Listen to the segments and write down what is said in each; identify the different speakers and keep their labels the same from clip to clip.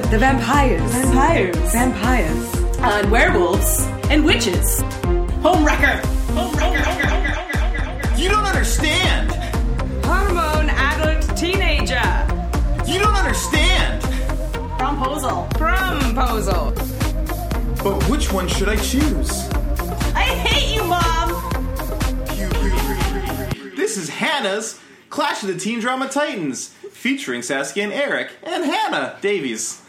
Speaker 1: vampires,
Speaker 2: Vampires.
Speaker 1: vampires,
Speaker 2: And werewolves. And witches. Homewrecker.
Speaker 3: You don't understand.
Speaker 2: Hormone adult teenager.
Speaker 3: You don't understand.
Speaker 2: Promposal. Promposal.
Speaker 3: But which one should I choose?
Speaker 2: I hate you, Mom.
Speaker 3: This is Hannah's Clash of the Teen Drama Titans, featuring Saskia and Eric and Hannah Davies.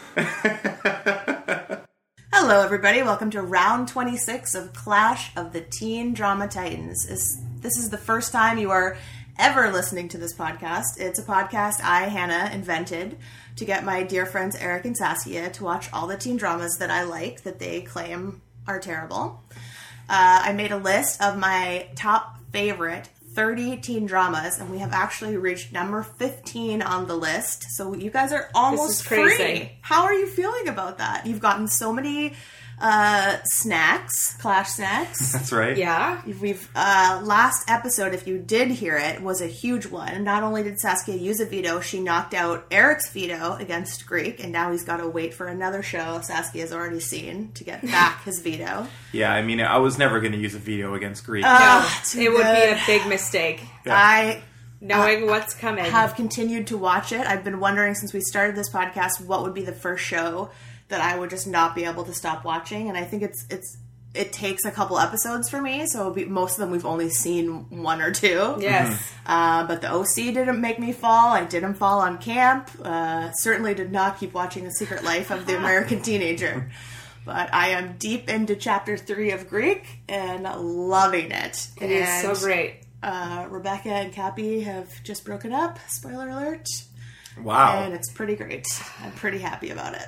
Speaker 4: Hello, everybody. Welcome to round 26 of Clash of the Teen Drama Titans. Is- This is the first time you are ever listening to this podcast. It's a podcast I, Hannah, invented to get my dear friends Eric and Saskia to watch all the teen dramas that I like that they claim are terrible. Uh, I made a list of my top favorite 30 teen dramas, and we have actually reached number 15 on the list. So you guys are almost
Speaker 2: crazy.
Speaker 4: free. How are you feeling about that? You've gotten so many uh, snacks, clash snacks.
Speaker 3: That's right.
Speaker 1: yeah,
Speaker 4: We've uh, last episode, if you did hear it, was a huge one. Not only did Saskia use a veto, she knocked out Eric's veto against Greek, and now he's got to wait for another show Saskia's already seen to get back his veto.
Speaker 3: Yeah, I mean, I was never going to use a veto against Greek.
Speaker 1: Uh,
Speaker 4: too
Speaker 1: Ah, it would be
Speaker 4: good.
Speaker 1: a big mistake
Speaker 4: I
Speaker 1: knowing what's coming.
Speaker 4: Uh, have continued to watch it. I've been wondering since we started this podcast what would be the first show that I would just not be able to stop watching, and I think it's it's it takes a couple episodes for me. So it'll be, most of them we've only seen one or two.
Speaker 1: yes,
Speaker 4: Uh, but the OC didn't make me fall. I didn't fall on camp. Uh, certainly did not keep watching The Secret Life of the American Teenager. But I am deep into chapter three of Greek and loving it.
Speaker 1: it is
Speaker 4: And,
Speaker 1: so great.
Speaker 4: Uh, Rebecca and Cappy have just broken up. Spoiler alert.
Speaker 3: wow.
Speaker 4: And it's pretty great. I'm pretty happy about it.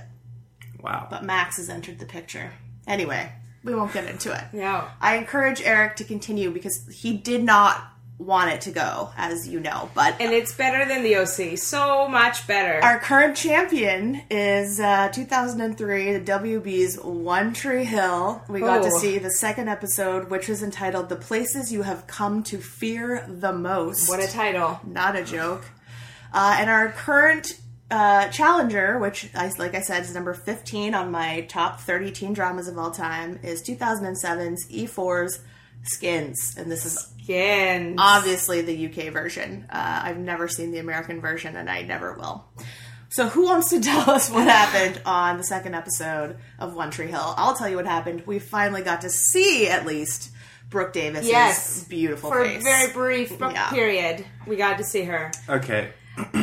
Speaker 3: Wow.
Speaker 4: But Max has entered the picture. Anyway, we won't get into it.
Speaker 1: No,
Speaker 4: I encourage Eric to continue because he did not want it to go, as you know. But
Speaker 1: and it's better than the OC. So much better.
Speaker 4: Our current champion is uh, 2003, the WB's One Tree Hill. We got to
Speaker 1: Oh.
Speaker 4: see the second episode, which was entitled The Places You Have Come to Fear the Most.
Speaker 1: what a title!
Speaker 4: Not a joke. Uh, and our current uh, challenger, which, I, like I said, is number 15 on my top 30 teen dramas of all time, is 2007's E4's E Skins. And this is
Speaker 1: Again,
Speaker 4: obviously the UK version. Uh, I've never seen the American version, and I never will. So, who wants to tell us what happened on the second episode of One Tree Hill? I'll tell you what happened. We finally got to see, at least, Brooke Davis'
Speaker 1: Yes.
Speaker 4: beautiful
Speaker 1: for a
Speaker 4: face.
Speaker 1: very brief
Speaker 4: Yeah.
Speaker 1: period, we got to see her.
Speaker 3: Okay.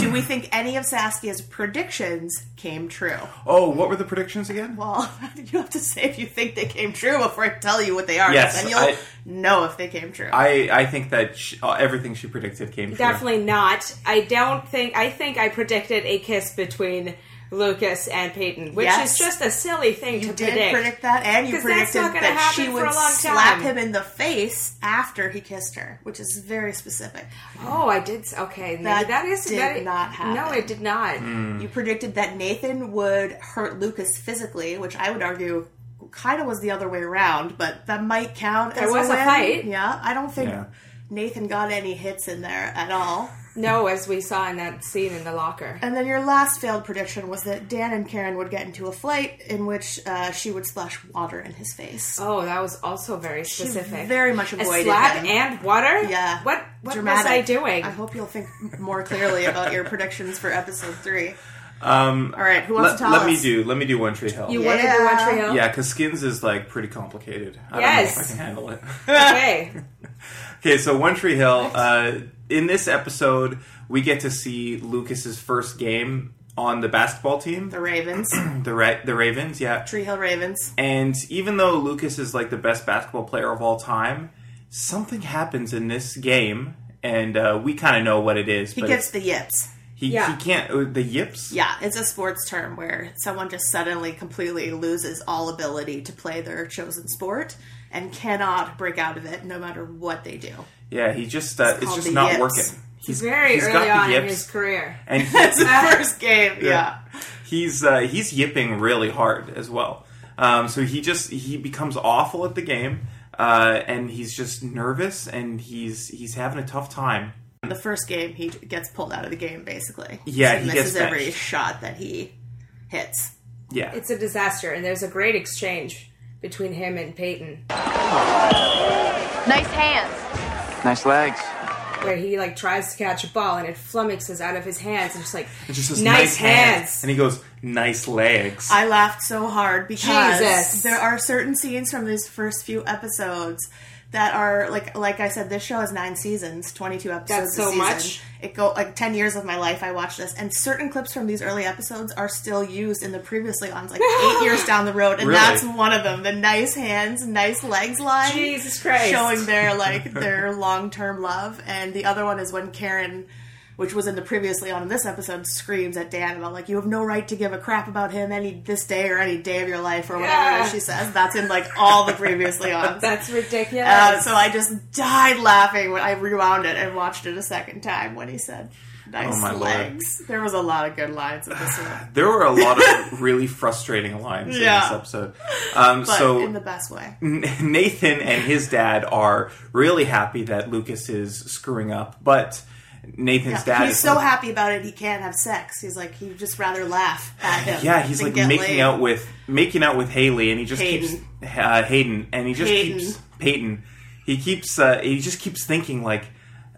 Speaker 4: Do we think any of Saskia's predictions came true?
Speaker 3: Oh, what were the predictions again?
Speaker 4: Well, you have to say if you think they came true before I tell you what they are. 'cause
Speaker 3: Yes,
Speaker 4: then you'll
Speaker 3: I-
Speaker 4: know if they came true.
Speaker 3: I, I think that she, uh, everything she predicted came true.
Speaker 1: Definitely not. I don't think. I think I predicted a kiss between Lucas and Peyton, which
Speaker 4: Yes.
Speaker 1: is just a silly thing to
Speaker 4: You did
Speaker 1: predict.
Speaker 4: predict that, and you
Speaker 1: 'Cause that's
Speaker 4: predicted
Speaker 1: not gonna
Speaker 4: that she
Speaker 1: happen for
Speaker 4: would
Speaker 1: a long
Speaker 4: slap
Speaker 1: time.
Speaker 4: him in the face after he kissed her, which is very specific.
Speaker 1: Oh, I did. s- Okay, maybe
Speaker 4: That
Speaker 1: that is
Speaker 4: did
Speaker 1: that-
Speaker 4: not happen.
Speaker 1: No, it did not.
Speaker 3: Hmm.
Speaker 4: You predicted that Nathan would hurt Lucas physically, which I would argue kind of was the other way around, but that might count. There as
Speaker 1: was a
Speaker 4: win.
Speaker 1: fight.
Speaker 4: Yeah, I don't think
Speaker 3: Yeah.
Speaker 4: Nathan got any hits in there at all.
Speaker 1: No, as we saw in that scene in the locker.
Speaker 4: And then your last failed prediction was that Dan and Karen would get into a fight in which uh, she would splash water in his face.
Speaker 1: Oh, that was also very specific.
Speaker 4: very much
Speaker 1: a
Speaker 4: avoided
Speaker 1: slap
Speaker 4: him.
Speaker 1: and water.
Speaker 4: Yeah.
Speaker 1: What? What was I doing?
Speaker 4: I hope you'll think more clearly about your predictions for episode three.
Speaker 3: Um,
Speaker 4: All right, who wants
Speaker 3: let,
Speaker 4: to tell
Speaker 3: let
Speaker 4: us?
Speaker 3: me do let me do One Tree Hill.
Speaker 1: you wanted to
Speaker 4: Yeah.
Speaker 1: watch Hill?
Speaker 3: yeah, because Skins is like pretty complicated. I
Speaker 1: Yes.
Speaker 3: don't know if I can handle it.
Speaker 1: Okay.
Speaker 3: Okay, so One Tree Hill. Uh, in this episode, we get to see Lucas's first game on the basketball team,
Speaker 4: The Ravens,
Speaker 3: the Ra- the Ravens. Yeah,
Speaker 4: Tree Hill Ravens.
Speaker 3: and even though Lucas is like the best basketball player of all time, something happens in this game, and uh, we kind of know what it is.
Speaker 4: He
Speaker 3: but
Speaker 4: gets the yips.
Speaker 3: he,
Speaker 1: Yeah.
Speaker 3: he can't uh, the yips.
Speaker 4: Yeah, it's a sports term where someone just suddenly completely loses all ability to play their chosen sport and cannot break out of it no matter what they do.
Speaker 3: Yeah, he just uh, it's,
Speaker 4: called
Speaker 3: just
Speaker 4: the
Speaker 3: not
Speaker 4: yips.
Speaker 3: working. He's
Speaker 1: Very
Speaker 3: he's
Speaker 1: early
Speaker 3: got
Speaker 1: on
Speaker 3: the
Speaker 1: in
Speaker 3: yips,
Speaker 1: his career.
Speaker 3: and he's
Speaker 4: First game, yeah.
Speaker 3: he's uh, he's yipping really hard as well. Um, so he just he becomes awful at the game, uh, and he's just nervous and he's he's having a tough time.
Speaker 4: The first game, he gets pulled out of the game basically.
Speaker 3: Yeah,
Speaker 4: he
Speaker 3: he
Speaker 4: misses
Speaker 3: gets
Speaker 4: every
Speaker 3: benched.
Speaker 4: shot that he hits.
Speaker 3: Yeah.
Speaker 1: It's a disaster, and there's a great exchange between him and Peyton
Speaker 5: Nice hands.
Speaker 6: Nice legs.
Speaker 1: where he like tries to catch a ball and it flummoxes out of his hands and just like
Speaker 3: It just says,
Speaker 1: nice, hands.
Speaker 3: And he goes, nice legs.
Speaker 4: I laughed so hard because
Speaker 1: Jesus.
Speaker 4: there are certain scenes from these first few episodes that are like like I said, this show has nine seasons, twenty two episodes.
Speaker 1: That's
Speaker 4: a
Speaker 1: so
Speaker 4: season.
Speaker 1: much.
Speaker 4: It go like ten years of my life I watched this, and certain clips from these early episodes are still used in the previously on like eight years down the road, and
Speaker 3: Really?
Speaker 4: that's one of them. The nice hands, nice legs line.
Speaker 1: Jesus Christ.
Speaker 4: Showing their like their long term love, and the other one is when Karen, which was in the previously on in this episode, screams at Dan about like you have no right to give a crap about him any this day or any day of your life or whatever it is
Speaker 1: Yeah.
Speaker 4: she says. That's in like all the previously on.
Speaker 1: That's ridiculous.
Speaker 4: Uh, so I just died laughing when I rewound it and watched it a second time when he said. Nice
Speaker 3: Oh, my Lord.
Speaker 4: legs. There was a lot of good lines in this one,
Speaker 3: there were a lot of really frustrating lines
Speaker 4: Yeah.
Speaker 3: in this episode. Um,
Speaker 4: but
Speaker 3: so
Speaker 4: in the best way.
Speaker 3: Nathan and his dad are really happy that Lucas is screwing up, but Nathan's dad
Speaker 4: he's
Speaker 3: is
Speaker 4: so
Speaker 3: like,
Speaker 4: happy about it he can't have sex. He's like he'd just rather laugh at him.
Speaker 3: Yeah, he's
Speaker 4: than
Speaker 3: like
Speaker 4: get
Speaker 3: making
Speaker 4: laid.
Speaker 3: out with making out with Haley, and he just
Speaker 4: Hayden.
Speaker 3: keeps uh, Hayden, and he just
Speaker 4: Peyton.
Speaker 3: keeps Peyton. He keeps uh, he just keeps thinking like,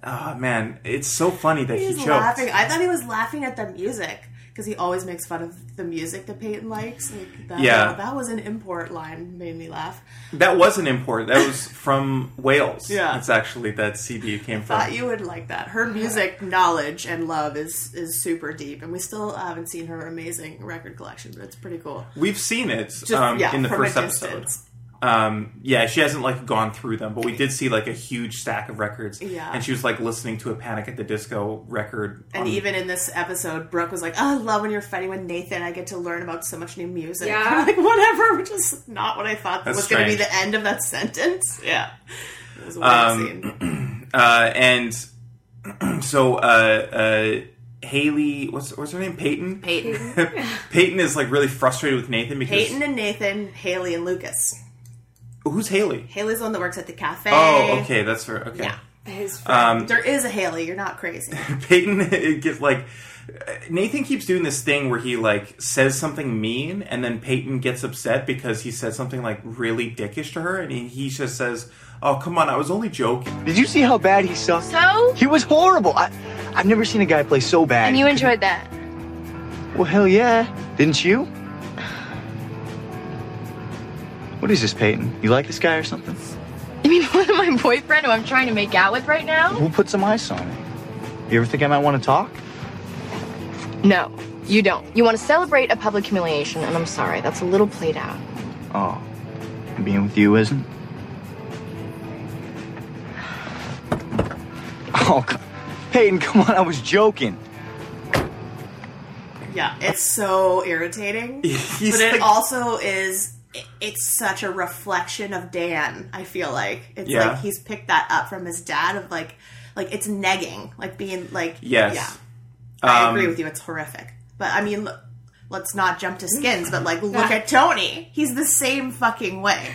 Speaker 3: oh man, it's so funny that
Speaker 4: He's
Speaker 3: he joked.
Speaker 4: laughing. I thought he was laughing at the music because he always makes fun of the music that Peyton likes. Like that,
Speaker 3: Yeah.
Speaker 4: that was an import line made me laugh.
Speaker 3: That wasn't important. That was from Wales.
Speaker 4: Yeah.
Speaker 3: that's actually that CD it came from.
Speaker 4: Thought you would like that. Her music knowledge and love is is super deep, and we still haven't seen her amazing record collection, but it's pretty cool.
Speaker 3: We've seen it um, in the
Speaker 4: from a
Speaker 3: first episode.
Speaker 4: distance.
Speaker 3: Um, yeah, she hasn't like gone through them, but we did see like a huge stack of records.
Speaker 4: Yeah.
Speaker 3: and she was like listening to a Panic at the Disco record.
Speaker 4: And
Speaker 3: on-
Speaker 4: even in this episode, Brooke was like, oh, I love when you're fighting with Nathan. I get to learn about so much new music.
Speaker 1: Yeah.
Speaker 4: like, whatever, which is not what I thought
Speaker 3: That's
Speaker 4: was going to be
Speaker 3: strange.
Speaker 4: the end of that sentence. Yeah. It was a weird
Speaker 3: Um,
Speaker 4: scene.
Speaker 3: uh, and so uh, uh, Haley, what's what's her name? Peyton.
Speaker 4: Peyton.
Speaker 3: Peyton is like really frustrated with Nathan because
Speaker 4: Peyton and Nathan, Haley and Lucas.
Speaker 3: who's Haley?
Speaker 4: Haley's the one that works at the cafe.
Speaker 3: Oh, okay, that's her. Okay.
Speaker 4: Yeah.
Speaker 1: His friend.
Speaker 4: There is a Haley. You're not crazy.
Speaker 3: Peyton it gets like Nathan keeps doing this thing where he like says something mean and then Peyton gets upset because he said something like really dickish to her and he- he just says, "Oh, come on, I was only joking."
Speaker 6: Did you see how bad he sucked?
Speaker 5: So?
Speaker 6: He was horrible. I, I've never seen a guy play so bad.
Speaker 5: And you enjoyed that.
Speaker 6: well, hell yeah. Didn't you? What is this, Peyton? You like this guy or something?
Speaker 5: You mean one of my boyfriend who I'm trying to make out with right now?
Speaker 6: We'll put some ice on it. You ever think I might want to talk?
Speaker 5: No, you don't. You want to celebrate a public humiliation, and I'm sorry, that's a little played out.
Speaker 6: Oh, being with you isn't? Oh, c- Peyton, come on. I was joking.
Speaker 4: Yeah, it's so irritating.
Speaker 3: He's
Speaker 4: but it
Speaker 3: like-
Speaker 4: also is it- it's such a reflection of Dan, I feel like. It's
Speaker 3: Yeah.
Speaker 4: like he's picked that up from his dad of like like it's negging, like being like
Speaker 3: Yes.
Speaker 4: yeah. I
Speaker 3: Um,
Speaker 4: agree with you, it's horrific. But I mean look, let's not jump to skins, but like look at Tony. He's the same fucking way.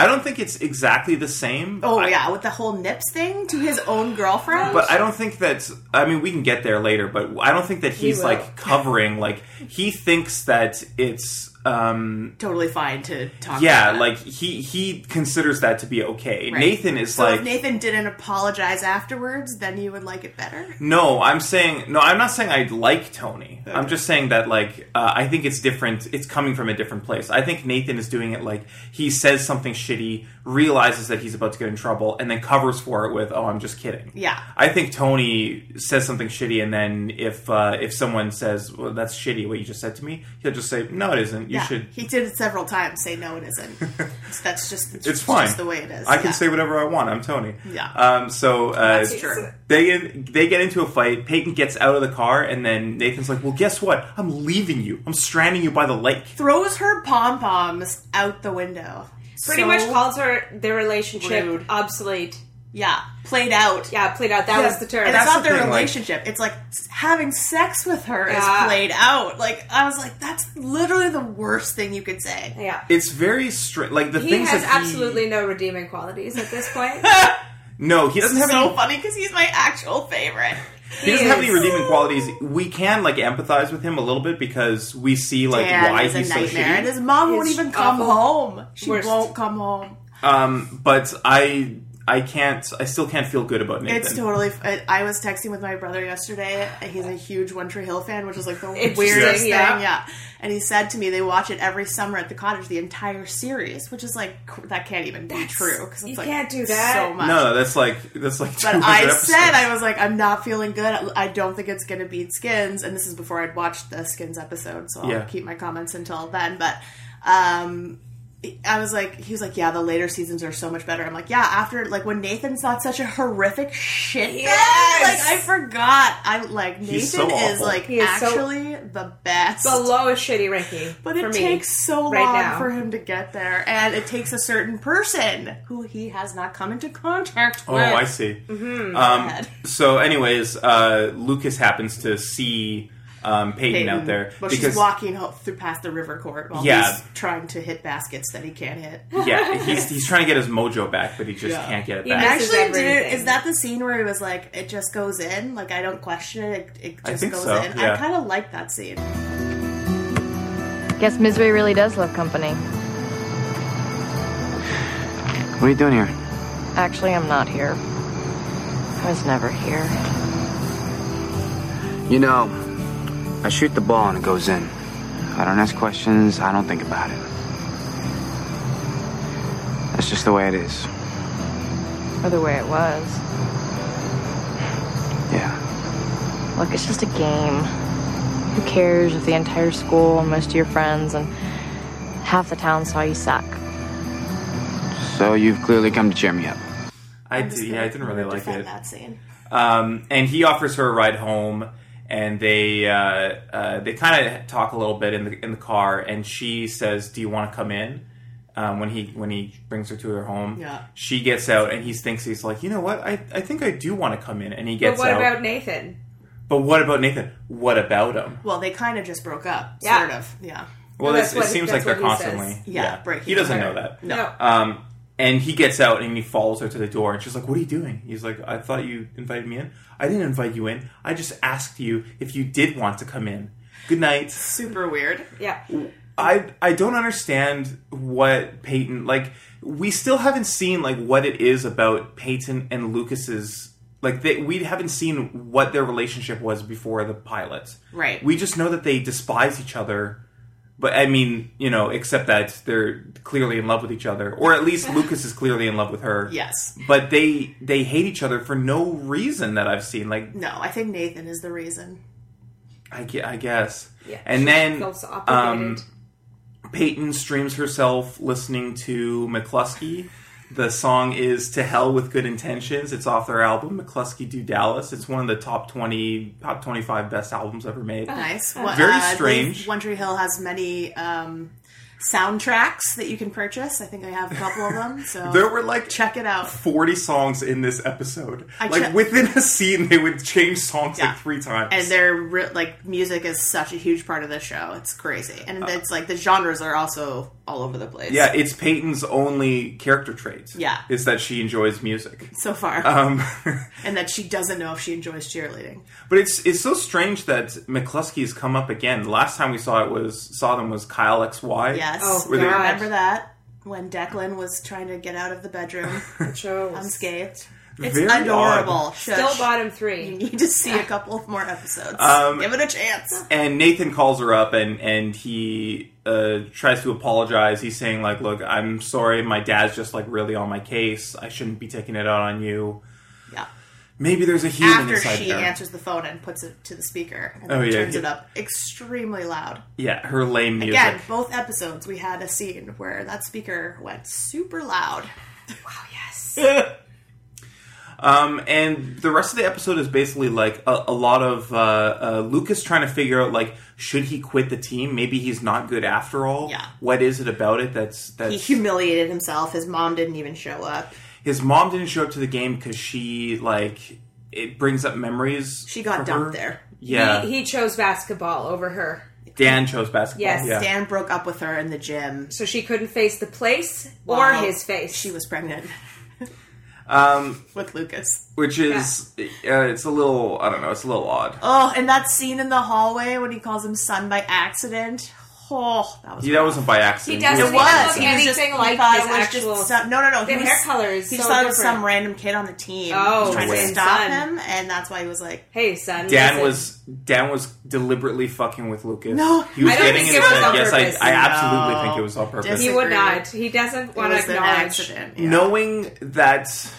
Speaker 3: I don't think it's exactly the same.
Speaker 4: Oh
Speaker 3: I-
Speaker 4: yeah, with the whole nips thing to his own girlfriend.
Speaker 3: But I don't think that's. I mean, we can get there later, but I don't think that he's
Speaker 1: will.
Speaker 3: like covering. Like he thinks that it's. Um,
Speaker 4: totally fine to talk
Speaker 3: yeah,
Speaker 4: about it.
Speaker 3: like he he considers that to be okay.
Speaker 4: Right.
Speaker 3: Nathan is
Speaker 4: So
Speaker 3: like
Speaker 4: if Nathan didn't apologize afterwards, then you would like it better.
Speaker 3: No, I'm saying no. I'm not saying I like Tony. I'm just saying that like uh, I think it's different. It's coming from a different place. I think Nathan is doing it like he says something shitty, realizes that he's about to get in trouble, and then covers for it with "Oh, I'm just kidding."
Speaker 4: Yeah.
Speaker 3: I think Tony says something shitty, and then if uh, if someone says well, "That's shitty," what you just said to me, he'll just say, "No, it isn't. You
Speaker 4: yeah,
Speaker 3: should."
Speaker 4: He did it several times. Say no, it isn't. It's- that's just it's,
Speaker 3: It's fine.
Speaker 4: Just the way it is.
Speaker 3: I can
Speaker 4: Yeah.
Speaker 3: say whatever I want. I'm Tony.
Speaker 4: Yeah.
Speaker 3: Um. So uh,
Speaker 4: It's true.
Speaker 3: They get, they get into a fight. Peyton gets out of the car, and then Nathan's like, "Well, guess what? I'm leaving you. I'm stranding you by the lake."
Speaker 4: Throws her pom poms out the window.
Speaker 1: Pretty
Speaker 4: So-
Speaker 1: much calls her their relationship
Speaker 4: Rude.
Speaker 1: obsolete.
Speaker 4: yeah played out.
Speaker 1: Yeah, played out. That was the term.
Speaker 4: And it's
Speaker 3: That's
Speaker 4: not
Speaker 3: the
Speaker 4: their
Speaker 3: thing, like-
Speaker 4: relationship. it's like s- having sex with her
Speaker 1: Yeah.
Speaker 4: is played out. Like I was like, that's literally the worst thing you could say.
Speaker 1: yeah.
Speaker 3: It's very straight. Like the
Speaker 1: He
Speaker 3: things
Speaker 1: has
Speaker 3: that
Speaker 1: absolutely no redeeming qualities at this point.
Speaker 3: No, he doesn't have
Speaker 4: so
Speaker 3: any.
Speaker 4: funny because he's my actual favorite.
Speaker 3: He doesn't have any
Speaker 1: is.
Speaker 3: redeeming qualities. We can like empathize with him a little bit because we see like
Speaker 4: Dad
Speaker 3: why
Speaker 4: is a
Speaker 3: he's so
Speaker 4: nightmare, and
Speaker 3: shitty.
Speaker 4: his mom won't
Speaker 1: He's
Speaker 4: even come
Speaker 1: awful.
Speaker 4: home. She
Speaker 1: Worst.
Speaker 4: won't come home.
Speaker 3: Um, but I I can't I still can't feel good about Nathan.
Speaker 4: It's totally. f- I- I was texting with my brother yesterday. and He's a huge One Tree Hill fan, which is like the weirdest
Speaker 1: Interesting,
Speaker 4: thing.
Speaker 1: yeah.
Speaker 4: Yeah. and he said to me they watch it every summer at the cottage, the entire series, which is like cr- that can't even be true because
Speaker 1: you can't do that.
Speaker 4: so much.
Speaker 3: no, that's like that's like.
Speaker 4: But
Speaker 3: 200
Speaker 4: I
Speaker 3: episodes.
Speaker 4: said I was like, I'm not feeling good. I don't think it's going to beat Skins, and this is before I'd watched the Skins episode, so I'll
Speaker 3: Yeah.
Speaker 4: keep my comments until then. But um, I was like, he was like, yeah, the later seasons are so much better. I'm like, yeah, after like when Nathan thought such a horrific shit, bag,
Speaker 1: Yes!
Speaker 4: like I forgot. I like Nathan
Speaker 3: He's so
Speaker 4: is
Speaker 3: awful.
Speaker 4: like
Speaker 1: He is so-
Speaker 4: actually the best.
Speaker 1: the lowest shitty ranking.
Speaker 4: but
Speaker 1: for me
Speaker 4: it takes so
Speaker 1: right
Speaker 4: long
Speaker 1: now.
Speaker 4: for him to get there, and it takes a certain person who he has not come into contact
Speaker 3: Oh,
Speaker 4: with.
Speaker 3: I see.
Speaker 4: Mm-hmm.
Speaker 3: Um,
Speaker 4: Bad.
Speaker 3: so, anyways, uh, Lucas happens to see um, Peyton, out there
Speaker 4: Well, she's walking ho- through past the river court while
Speaker 3: Yeah.
Speaker 4: he's trying to hit baskets that he can't hit.
Speaker 3: yeah, he's, he's trying to get his mojo back, but he just
Speaker 4: Yeah.
Speaker 3: can't get it
Speaker 1: He
Speaker 3: back.
Speaker 1: messes-
Speaker 4: Actually, dude,
Speaker 1: everything.
Speaker 4: is that the scene where he was like, "It just goes in"? Like I don't question it; it, it just
Speaker 3: I think
Speaker 4: goes
Speaker 3: so,
Speaker 4: in. I
Speaker 3: yeah.
Speaker 4: kind of like that scene.
Speaker 5: Guess misery really does love company.
Speaker 6: What are you doing here?
Speaker 5: Actually, I'm not here. I was never here.
Speaker 6: You know, I shoot the ball and it goes in. I don't ask questions, I don't think about it. That's just the way it is.
Speaker 5: Or the way it was.
Speaker 6: Yeah.
Speaker 5: Look, it's just a game. Who cares if the entire school and most of your friends and half the town saw you suck?
Speaker 6: So you've clearly come to cheer me up.
Speaker 3: I
Speaker 4: Just
Speaker 3: did, yeah, I
Speaker 4: gonna-
Speaker 3: didn't
Speaker 4: I'm
Speaker 3: really
Speaker 4: gonna
Speaker 3: like
Speaker 4: defend
Speaker 3: it.
Speaker 4: That scene.
Speaker 3: Um, and he offers her a ride home, and they uh, uh, they kind of talk a little bit in the in the car. And she says, "Do you want to come in?" Um, when he when he brings her to her home,
Speaker 4: Yeah.
Speaker 3: she gets out, and he thinks he's like, "You know what? I, I think I do want to come in." And he
Speaker 1: But
Speaker 3: gets
Speaker 1: what
Speaker 3: out.
Speaker 1: about Nathan?
Speaker 3: but what about Nathan? What about him?
Speaker 4: Well, they kind of just broke up,
Speaker 1: Yeah.
Speaker 4: sort of. Yeah,
Speaker 3: Well,
Speaker 1: Well, that's
Speaker 3: it,
Speaker 1: what
Speaker 3: it
Speaker 1: he-
Speaker 3: seems like
Speaker 1: that's
Speaker 3: they're
Speaker 1: what he says.
Speaker 3: constantly
Speaker 4: Yeah, breaking
Speaker 3: He doesn't
Speaker 4: apart.
Speaker 3: know that.
Speaker 1: No.
Speaker 3: Um, and he gets out and he follows her to the door, and she's like, "What are you doing?" He's like, "I thought you invited me in. I didn't invite you in. I just asked you if you did want to come in. Good night."
Speaker 4: super weird.
Speaker 1: Yeah.
Speaker 3: I I don't understand what Peyton like. We still haven't seen like what it is about Peyton and Lucas's like they, we haven't seen what their relationship was before the pilot.
Speaker 4: Right.
Speaker 3: We just know that they despise each other. But I mean, you know, except that they're clearly in love with each other, or at least Lucas is clearly in love with her.
Speaker 4: Yes.
Speaker 3: But they they hate each other for no reason that I've seen. Like
Speaker 4: No, I think Nathan is the reason.
Speaker 3: I, gue- I guess.
Speaker 1: Yeah, she
Speaker 3: And then
Speaker 1: feels
Speaker 3: um,
Speaker 1: obligated.
Speaker 3: Peyton streams herself listening to McCluskey. The song is "To Hell with Good Intentions." It's off their album McCluskey Do Dallas. It's one of the top twenty, top twenty-five best albums ever made.
Speaker 4: Nice. Well,
Speaker 3: Very
Speaker 4: I
Speaker 3: strange.
Speaker 4: believe One Tree Hill has many um, soundtracks that you can purchase. I think I have a couple of them. So
Speaker 3: There were like
Speaker 4: check it out.
Speaker 3: forty songs in this episode.
Speaker 4: I
Speaker 3: like
Speaker 4: che-
Speaker 3: within a scene, they would change songs
Speaker 4: Yeah.
Speaker 3: like three times.
Speaker 4: and they're re- like music is such a huge part of the show. It's crazy, and it's like the genres are also all over the place.
Speaker 3: Uh-huh. yeah, it's Peyton's only character trait.
Speaker 4: Yeah.
Speaker 3: is that she enjoys music.
Speaker 4: so far,
Speaker 3: Um,
Speaker 4: and that she doesn't know if she enjoys cheerleading.
Speaker 3: But it's it's so strange that McCluskey's come up again. The last time we saw it was saw them was Kyle X Y.
Speaker 4: Yes,
Speaker 1: Oh,
Speaker 4: I
Speaker 3: they-
Speaker 1: God.
Speaker 4: remember that when Declan was trying to get out of the bedroom
Speaker 1: Shows.
Speaker 4: unscathed. It's
Speaker 3: Very
Speaker 4: adorable.
Speaker 3: odd.
Speaker 4: Shush.
Speaker 1: Still bottom
Speaker 4: You
Speaker 1: three.
Speaker 4: need to see a couple more episodes.
Speaker 3: Um,
Speaker 4: Give it a chance.
Speaker 3: And Nathan calls her up and and he uh, tries to apologize. He's saying like, "Look, I'm sorry. My dad's just like really on my case. I shouldn't be taking it out on you.
Speaker 4: Yeah.
Speaker 3: Maybe there's a human
Speaker 4: After
Speaker 3: inside
Speaker 4: she
Speaker 3: there."
Speaker 4: answers the phone and puts it to the speaker and
Speaker 3: Oh,
Speaker 4: then
Speaker 3: yeah.
Speaker 4: turns it up extremely loud.
Speaker 3: yeah, her lame music.
Speaker 4: Again, both episodes we had a scene where that speaker went super loud.
Speaker 1: Oh,
Speaker 3: Um, and the rest of the episode is basically like a, a lot of uh, uh, Lucas trying to figure out like should he quit the team? Maybe he's not good after all.
Speaker 4: Yeah.
Speaker 3: What is it about it that's
Speaker 4: He
Speaker 3: that's
Speaker 4: humiliated himself. His mom didn't even show up.
Speaker 3: his mom didn't show up to the game because she like it brings up memories.
Speaker 4: She got
Speaker 3: for
Speaker 4: dumped
Speaker 3: her.
Speaker 4: there.
Speaker 3: Yeah,
Speaker 1: He, he chose basketball over her,
Speaker 3: Dan chose basketball.
Speaker 1: Yes,
Speaker 3: yeah.
Speaker 4: Dan broke up with her in the gym.
Speaker 1: so she couldn't face the place or
Speaker 4: While
Speaker 1: his face.
Speaker 4: She was pregnant.
Speaker 3: um,
Speaker 4: with Lucas.
Speaker 3: which is uh, it's a little I don't know, it's a little odd.
Speaker 4: Oh, and that scene in the hallway when he calls him son by accident. Oh, that was
Speaker 3: Yeah, that wasn't by
Speaker 1: He
Speaker 3: accident.
Speaker 1: doesn't
Speaker 4: It
Speaker 1: It
Speaker 3: He
Speaker 4: was.
Speaker 3: was-
Speaker 1: doesn't look
Speaker 4: He was just-
Speaker 1: anything
Speaker 4: he
Speaker 1: like
Speaker 4: thought
Speaker 1: his
Speaker 4: it was
Speaker 1: actual-
Speaker 4: just some, no, no, no. he
Speaker 1: Their
Speaker 4: was-
Speaker 1: hair color is
Speaker 4: He
Speaker 1: so
Speaker 4: just thought it was
Speaker 1: different.
Speaker 4: some random kid on the team.
Speaker 1: Oh,
Speaker 4: who was trying to
Speaker 1: his
Speaker 4: stop
Speaker 1: son.
Speaker 4: him, and that's why he was like,
Speaker 1: Hey, son.
Speaker 3: Dan
Speaker 1: listen.
Speaker 3: was Dan was deliberately fucking with Lucas.
Speaker 4: No.
Speaker 3: he was
Speaker 1: I don't
Speaker 3: getting
Speaker 1: think
Speaker 3: in
Speaker 1: it
Speaker 3: his
Speaker 1: was
Speaker 3: head.
Speaker 1: on
Speaker 3: Yes,
Speaker 1: purpose.
Speaker 3: I, I absolutely
Speaker 4: No.
Speaker 3: think it was on purpose.
Speaker 1: He would
Speaker 4: Disagree.
Speaker 1: not. He doesn't
Speaker 4: it
Speaker 1: want to
Speaker 4: was an
Speaker 1: acknowledge.
Speaker 4: accident. Yeah.
Speaker 3: Knowing that,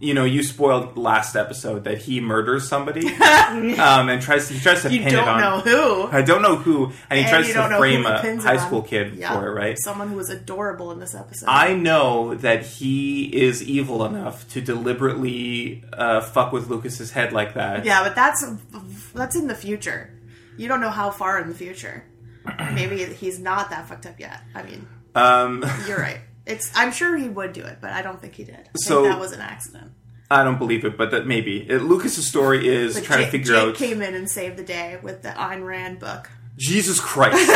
Speaker 3: you know, you spoiled last episode that he murders somebody um, and tries to, he tries to
Speaker 4: you
Speaker 3: pin it
Speaker 4: don't
Speaker 3: on.
Speaker 4: know who.
Speaker 3: I don't know who, and he
Speaker 4: and
Speaker 3: tries
Speaker 4: you
Speaker 3: to
Speaker 4: don't know
Speaker 3: frame
Speaker 4: who he
Speaker 3: a
Speaker 4: pins it
Speaker 3: high
Speaker 4: on.
Speaker 3: school kid
Speaker 4: Yeah.
Speaker 3: for it, right?
Speaker 4: Someone who was adorable in this episode.
Speaker 3: I know that he is evil enough to deliberately uh, fuck with Lucas's head like that.
Speaker 4: yeah, but that's that's in the future. You don't know how far in the future. Maybe he's not that fucked up yet. I mean,
Speaker 3: Um,
Speaker 4: you're right. It's. I'm sure he would do it, but I don't think he did. I think
Speaker 3: So-
Speaker 4: that was an accident.
Speaker 3: I don't believe it, but that maybe it, Lucas's story is
Speaker 4: But
Speaker 3: trying
Speaker 4: Jake,
Speaker 3: to figure
Speaker 4: Jake
Speaker 3: out.
Speaker 4: came in and saved the day with the Ayn Rand book.
Speaker 3: Jesus Christ!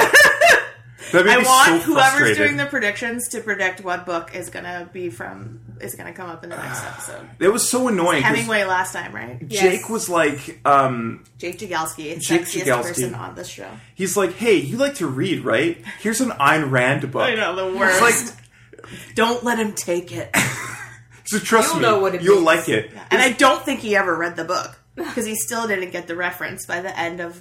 Speaker 3: that made
Speaker 4: I
Speaker 3: me
Speaker 4: want
Speaker 3: so
Speaker 4: whoever's
Speaker 3: frustrated.
Speaker 4: doing the predictions to predict what book is gonna be from is gonna come up in the next episode.
Speaker 3: It was so annoying. 'cause
Speaker 4: Hemingway last time, right?
Speaker 3: Jake was like, um,
Speaker 4: Jake Jagelski,
Speaker 3: Jake
Speaker 4: sexiest
Speaker 3: Jagelski.
Speaker 4: person on this show.
Speaker 3: he's like, hey, you like to read, right? Here's an Ayn Rand book.
Speaker 4: I know the worst.
Speaker 3: It's like,
Speaker 4: don't let him take it.
Speaker 3: so trust
Speaker 1: You'll
Speaker 3: me,
Speaker 1: know what it
Speaker 3: you'll
Speaker 1: means.
Speaker 3: like it.
Speaker 4: And I don't think he ever read the book because he still didn't get the reference by the end of.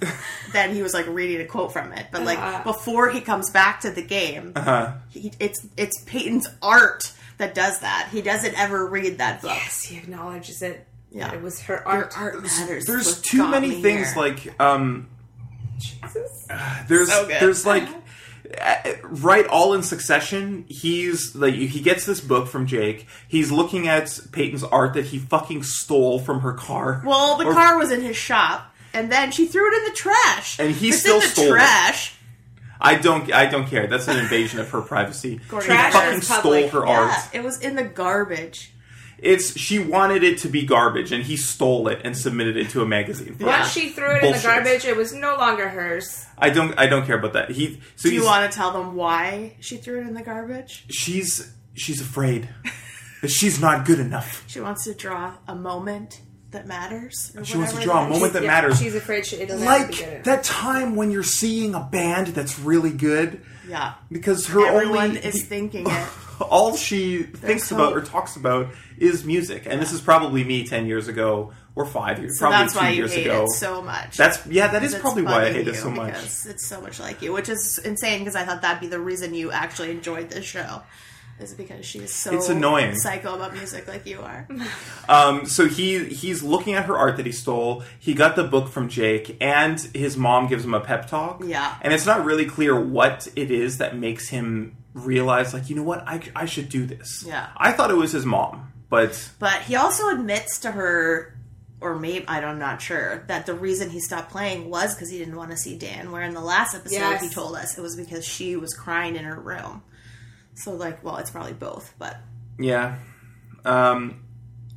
Speaker 4: then he was like reading a quote from it, but like before he comes back to the game,
Speaker 3: Uh-huh.
Speaker 4: he, it's it's Peyton's art that does that. He doesn't ever read that book.
Speaker 1: Yes, he acknowledges it.
Speaker 4: Yeah.
Speaker 1: Yeah. It was her art.
Speaker 4: Art matters.
Speaker 3: There's
Speaker 4: What
Speaker 3: too
Speaker 4: got
Speaker 3: many
Speaker 4: me
Speaker 3: things
Speaker 4: here.
Speaker 3: like um
Speaker 1: Jesus.
Speaker 3: there's
Speaker 4: So good.
Speaker 3: there's like uh, right all in succession he's like he gets this book from Jake he's looking at Peyton's art that he fucking stole from her car
Speaker 4: Well, the
Speaker 3: Or-
Speaker 4: car was in his shop, and then she threw it in the trash.
Speaker 3: And he
Speaker 4: It's
Speaker 3: still
Speaker 4: in the
Speaker 3: stole it.
Speaker 4: trash.
Speaker 3: I don't I don't care that's an invasion of her privacy
Speaker 4: Gordon
Speaker 3: she
Speaker 4: Trash
Speaker 3: fucking
Speaker 1: is public.
Speaker 3: stole her
Speaker 4: Yeah,
Speaker 3: art
Speaker 4: it was in the garbage.
Speaker 3: it's she wanted it to be garbage and he stole it and submitted it to a magazine for her.
Speaker 1: Once she threw it in
Speaker 3: Bullshit.
Speaker 1: the garbage, it was no longer hers.
Speaker 3: I don't I don't care about that he so
Speaker 4: Do you
Speaker 3: he's-
Speaker 4: want to tell them why she threw it in the garbage?
Speaker 3: she's she's afraid that she's not good enough
Speaker 4: She wants to draw a moment that matters. or
Speaker 3: She wants to
Speaker 4: whatever
Speaker 3: draw a
Speaker 4: that
Speaker 3: moment that
Speaker 1: Yeah,
Speaker 3: matters.
Speaker 1: She's afraid she, it'll never be good
Speaker 3: like
Speaker 1: enough.
Speaker 3: that time when you're seeing a band that's really good.
Speaker 4: is. Yeah.
Speaker 3: Because her
Speaker 4: Everyone
Speaker 3: only
Speaker 4: is
Speaker 3: the-
Speaker 4: thinking it.
Speaker 3: all she thinks
Speaker 4: so-
Speaker 3: about or talks about is music, and this is probably me ten years ago or five years,
Speaker 4: So
Speaker 3: probably
Speaker 4: that's
Speaker 3: two
Speaker 4: why you
Speaker 3: years
Speaker 4: hate
Speaker 3: ago.
Speaker 4: it so much.
Speaker 3: that's yeah, that is
Speaker 4: It's
Speaker 3: probably why I
Speaker 4: bugging
Speaker 3: hate
Speaker 4: you
Speaker 3: it so much.
Speaker 4: Because it's so much like you, which is insane because I thought that'd be the reason you actually enjoyed this show. Is because she's so
Speaker 3: It's annoying.
Speaker 4: psycho about music like you are.
Speaker 3: Um, so he he's looking at her art that he stole. He got the book from Jake, and his mom gives him a pep talk.
Speaker 4: Yeah.
Speaker 3: and it's not really clear what it is that makes him realize, like, you know what, I, I should do this.
Speaker 4: Yeah.
Speaker 3: I thought it was his mom, but
Speaker 4: But he also admits to her, or maybe I don't- I'm not sure, that the reason he stopped playing was because he didn't want to see Dan. Where in the last episode
Speaker 1: Yes.
Speaker 4: he told us it was because she was crying in her room. So like, well, it's probably both. But
Speaker 3: yeah. Um,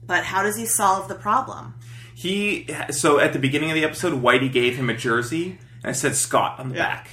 Speaker 4: but how does he solve the problem?
Speaker 3: he so at the beginning of the episode, Whitey gave him a jersey and it said Scott on the back.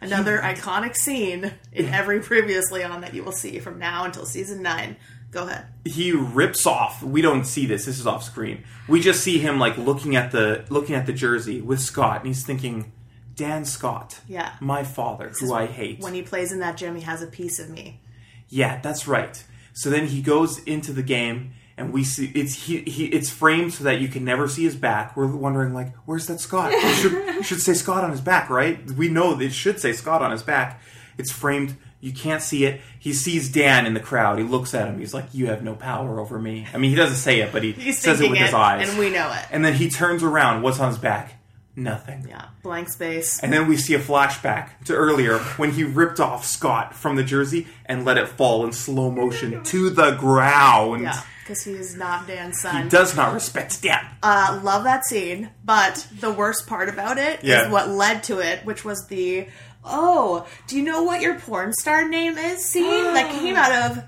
Speaker 4: Another iconic scene in every previously on that you will see from now until season nine. Go ahead.
Speaker 3: he rips off we don't see this this is off screen we just see him like looking at the looking at the jersey with scott and he's thinking dan scott
Speaker 4: Yeah.
Speaker 3: my father who i hate
Speaker 4: When he plays in that gym, he has a piece of me.
Speaker 3: yeah that's right so then he goes into the game and we see it's he, he it's framed so that you can never see his back we're wondering like where's that scott it should, it should say scott on his back right we know that it should say scott on his back it's framed you can't see it. He sees Dan in the crowd. He looks at him. He's like, "You have no power over me." I mean, he doesn't say it, but he
Speaker 4: He's
Speaker 3: says it
Speaker 4: thinking
Speaker 3: with
Speaker 4: it,
Speaker 3: his eyes.
Speaker 4: and we know it.
Speaker 3: And then he turns around. What's on his back? Nothing.
Speaker 4: Yeah, blank space.
Speaker 3: And then we see a flashback to earlier when he ripped off Scott from the jersey and let it fall in slow motion to the ground.
Speaker 4: Yeah, because he is not Dan's son.
Speaker 3: He does not respect Dan.
Speaker 4: Uh, love that scene, but the worst part about it is
Speaker 3: Yeah.
Speaker 4: what led to it, which was the oh, do you know what your porn star name is scene that
Speaker 1: Ah.
Speaker 4: came out of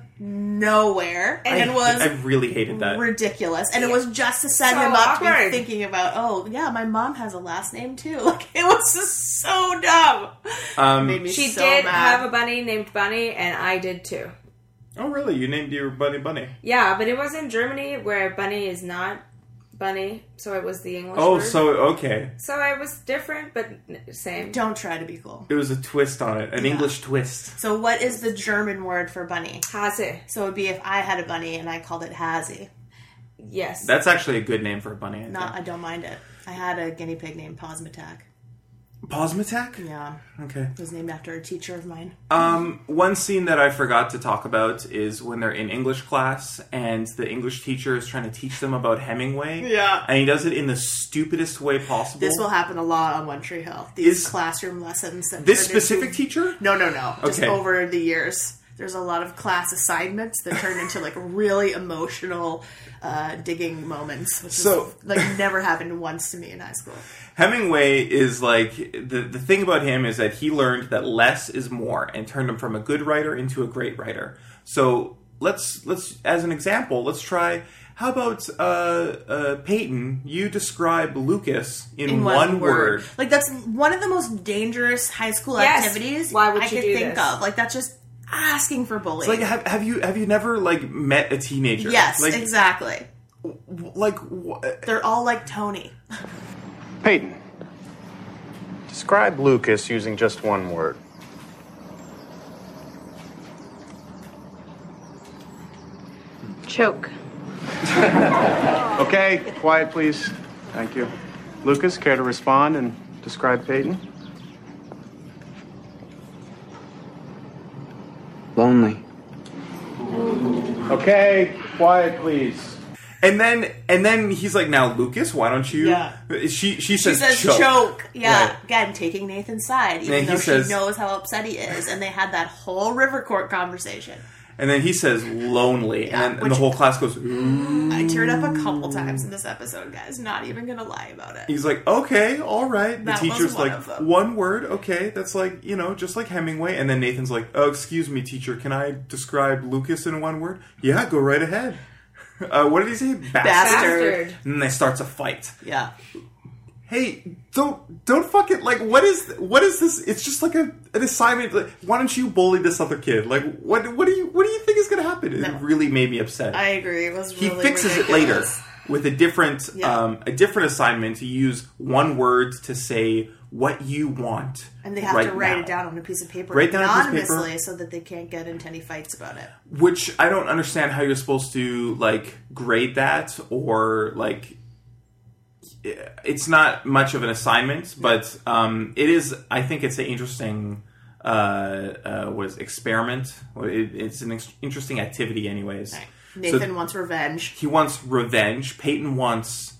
Speaker 4: nowhere and
Speaker 3: I-
Speaker 4: was
Speaker 3: I really hated that.
Speaker 4: ridiculous. And it was just to set
Speaker 1: So
Speaker 4: him up to be
Speaker 1: awkward.
Speaker 4: thinking about oh yeah, my mom has a last name too. Like it was just so dumb. Um, Made me
Speaker 1: She
Speaker 4: so
Speaker 1: did
Speaker 4: mad.
Speaker 1: have a bunny named Bunny, and I did too.
Speaker 3: Oh, really? You named your buddy Bunny.
Speaker 1: Yeah, but it was in Germany where bunny is not bunny, so it was the English.
Speaker 3: Oh,
Speaker 1: word.
Speaker 3: so okay.
Speaker 1: so it was different, but n- same.
Speaker 4: Don't try to be cool.
Speaker 3: It was a twist on it, an English twist.
Speaker 4: So, what is the German word for bunny?
Speaker 1: Hase,
Speaker 4: So, it would be if I had a bunny and I called it Hazy.
Speaker 1: yes.
Speaker 3: That's actually a good name for a bunny. I
Speaker 4: Not, I don't mind it. I had a guinea pig named Posmatak.
Speaker 3: think. Posmatak?
Speaker 4: Yeah,
Speaker 3: Okay.
Speaker 4: it was named after a teacher of mine.
Speaker 3: Um, one scene that I forgot to talk about is when they're in English class and the English teacher is trying to teach them about Hemingway.
Speaker 4: Yeah.
Speaker 3: And he does it in the stupidest way possible.
Speaker 4: This will happen a lot on One Tree Hill. These
Speaker 3: Is-
Speaker 4: classroom lessons. That
Speaker 3: This
Speaker 4: turn into-
Speaker 3: specific teacher?
Speaker 4: No, no, no. Just
Speaker 3: Okay.
Speaker 4: over the years, there's a lot of class assignments that turn into like really emotional uh, digging moments, which
Speaker 3: So-
Speaker 4: is, like never happened once to me in high school.
Speaker 3: Hemingway is like the the thing about him is that he learned that less is more and turned him from a good writer into a great writer. So let's let's as an example, let's try. How about uh, uh, Peyton? You describe Lucas in, one, word.
Speaker 4: Like that's one of the most dangerous high school
Speaker 1: Yes.
Speaker 4: activities
Speaker 1: Why would
Speaker 4: I
Speaker 1: you
Speaker 4: could
Speaker 1: do
Speaker 4: think
Speaker 1: this?
Speaker 4: of. Like that's just asking for bullying.
Speaker 3: Like have, have you have you never like met a teenager?
Speaker 4: yes,
Speaker 3: like
Speaker 4: exactly.
Speaker 3: like wh-
Speaker 4: They're all like Tony.
Speaker 7: Peyton, describe Lucas using just one word.
Speaker 5: Choke.
Speaker 7: Okay, quiet, please. Thank you. Lucas, care to respond and describe Peyton?
Speaker 6: Lonely.
Speaker 7: Okay, quiet, please.
Speaker 3: and then and then he's like now Lucas, why don't you?
Speaker 4: Yeah.
Speaker 3: She she
Speaker 4: She
Speaker 3: says,
Speaker 4: says choke.
Speaker 3: choke.
Speaker 4: Yeah.
Speaker 3: Right.
Speaker 4: Again, taking Nathan's side, even
Speaker 3: And he
Speaker 4: though
Speaker 3: says-
Speaker 4: she knows how upset he is, and they had that whole river court conversation.
Speaker 3: and then he says lonely, and,
Speaker 4: Yeah,
Speaker 3: then, and
Speaker 4: which-
Speaker 3: the whole class goes. "Ooh."
Speaker 4: I teared up a couple times in this episode, guys. Not even gonna lie about it.
Speaker 3: He's like, okay, all right. The
Speaker 4: That was
Speaker 3: teacher's
Speaker 4: one
Speaker 3: like,
Speaker 4: of them.
Speaker 3: one word, okay. That's like, you know, just like Hemingway. And then Nathan's like, oh, excuse me, teacher, can I describe Lucas in one word? Yeah, go right ahead. Uh, what did he say? Bastard.
Speaker 4: Bastard.
Speaker 3: And then they starts a fight.
Speaker 4: Yeah.
Speaker 3: Hey, don't don't fuck it. Like, what is what is this? It's just like a, an assignment. Like, why don't you bully this other kid? Like, what what do you what do you think is gonna happen? It really made me upset
Speaker 4: I agree. It was
Speaker 3: he
Speaker 4: really
Speaker 3: fixes it later
Speaker 4: ridiculous.
Speaker 3: with a different
Speaker 4: Yeah.
Speaker 3: um, a different assignment to use one word to say what you want
Speaker 4: And they have to write
Speaker 3: now.
Speaker 4: it down on a piece of paper
Speaker 3: Write down on a piece of paper.
Speaker 4: anonymously so that they can't get into any fights about it.
Speaker 3: which i don't understand how you're supposed to like grade that or like it's not much of an assignment but um, it is i think it's an interesting uh, uh, was experiment Well, it, it's an ex- interesting activity anyways So-
Speaker 4: Nathan wants revenge.
Speaker 3: he wants revenge peyton wants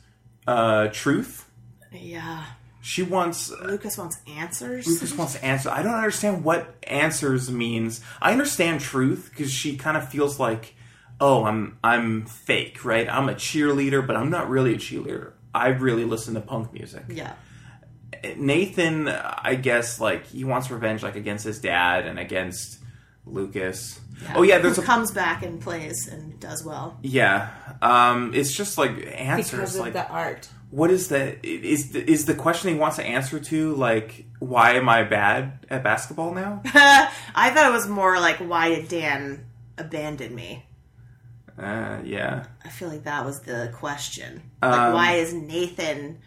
Speaker 3: uh, truth
Speaker 4: Yeah.
Speaker 3: She wants.
Speaker 4: Lucas wants answers.
Speaker 3: Lucas wants to answer. I don't understand what answers means. I understand truth because she kind of feels like, oh, I'm I'm fake, right? I'm a cheerleader, but I'm not really a cheerleader. I really listen to punk music.
Speaker 4: Yeah.
Speaker 3: Nathan, I guess, like he wants revenge, like against his dad and against Lucas. Oh yeah, there's
Speaker 4: Who
Speaker 3: a
Speaker 4: comes back and plays and does well.
Speaker 3: yeah. Um, it's just like answers,
Speaker 1: because of
Speaker 3: like
Speaker 1: the art.
Speaker 3: what is the is the, is the question he wants to answer to like why am I bad at basketball now?
Speaker 4: I thought it was more like why did Dan abandon me?
Speaker 3: Uh, yeah.
Speaker 4: I feel like that was the question. Like
Speaker 3: Um,
Speaker 4: why is Nathan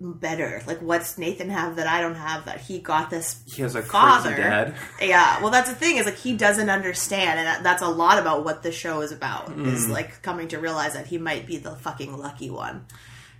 Speaker 4: better? Like what's Nathan have that I don't have that he got this
Speaker 3: He has a
Speaker 4: father?
Speaker 3: crazy dad.
Speaker 4: Yeah, well that's the thing is like he doesn't understand and that's a lot about what the show is about
Speaker 3: Mm.
Speaker 4: is like coming to realize that he might be the fucking lucky one.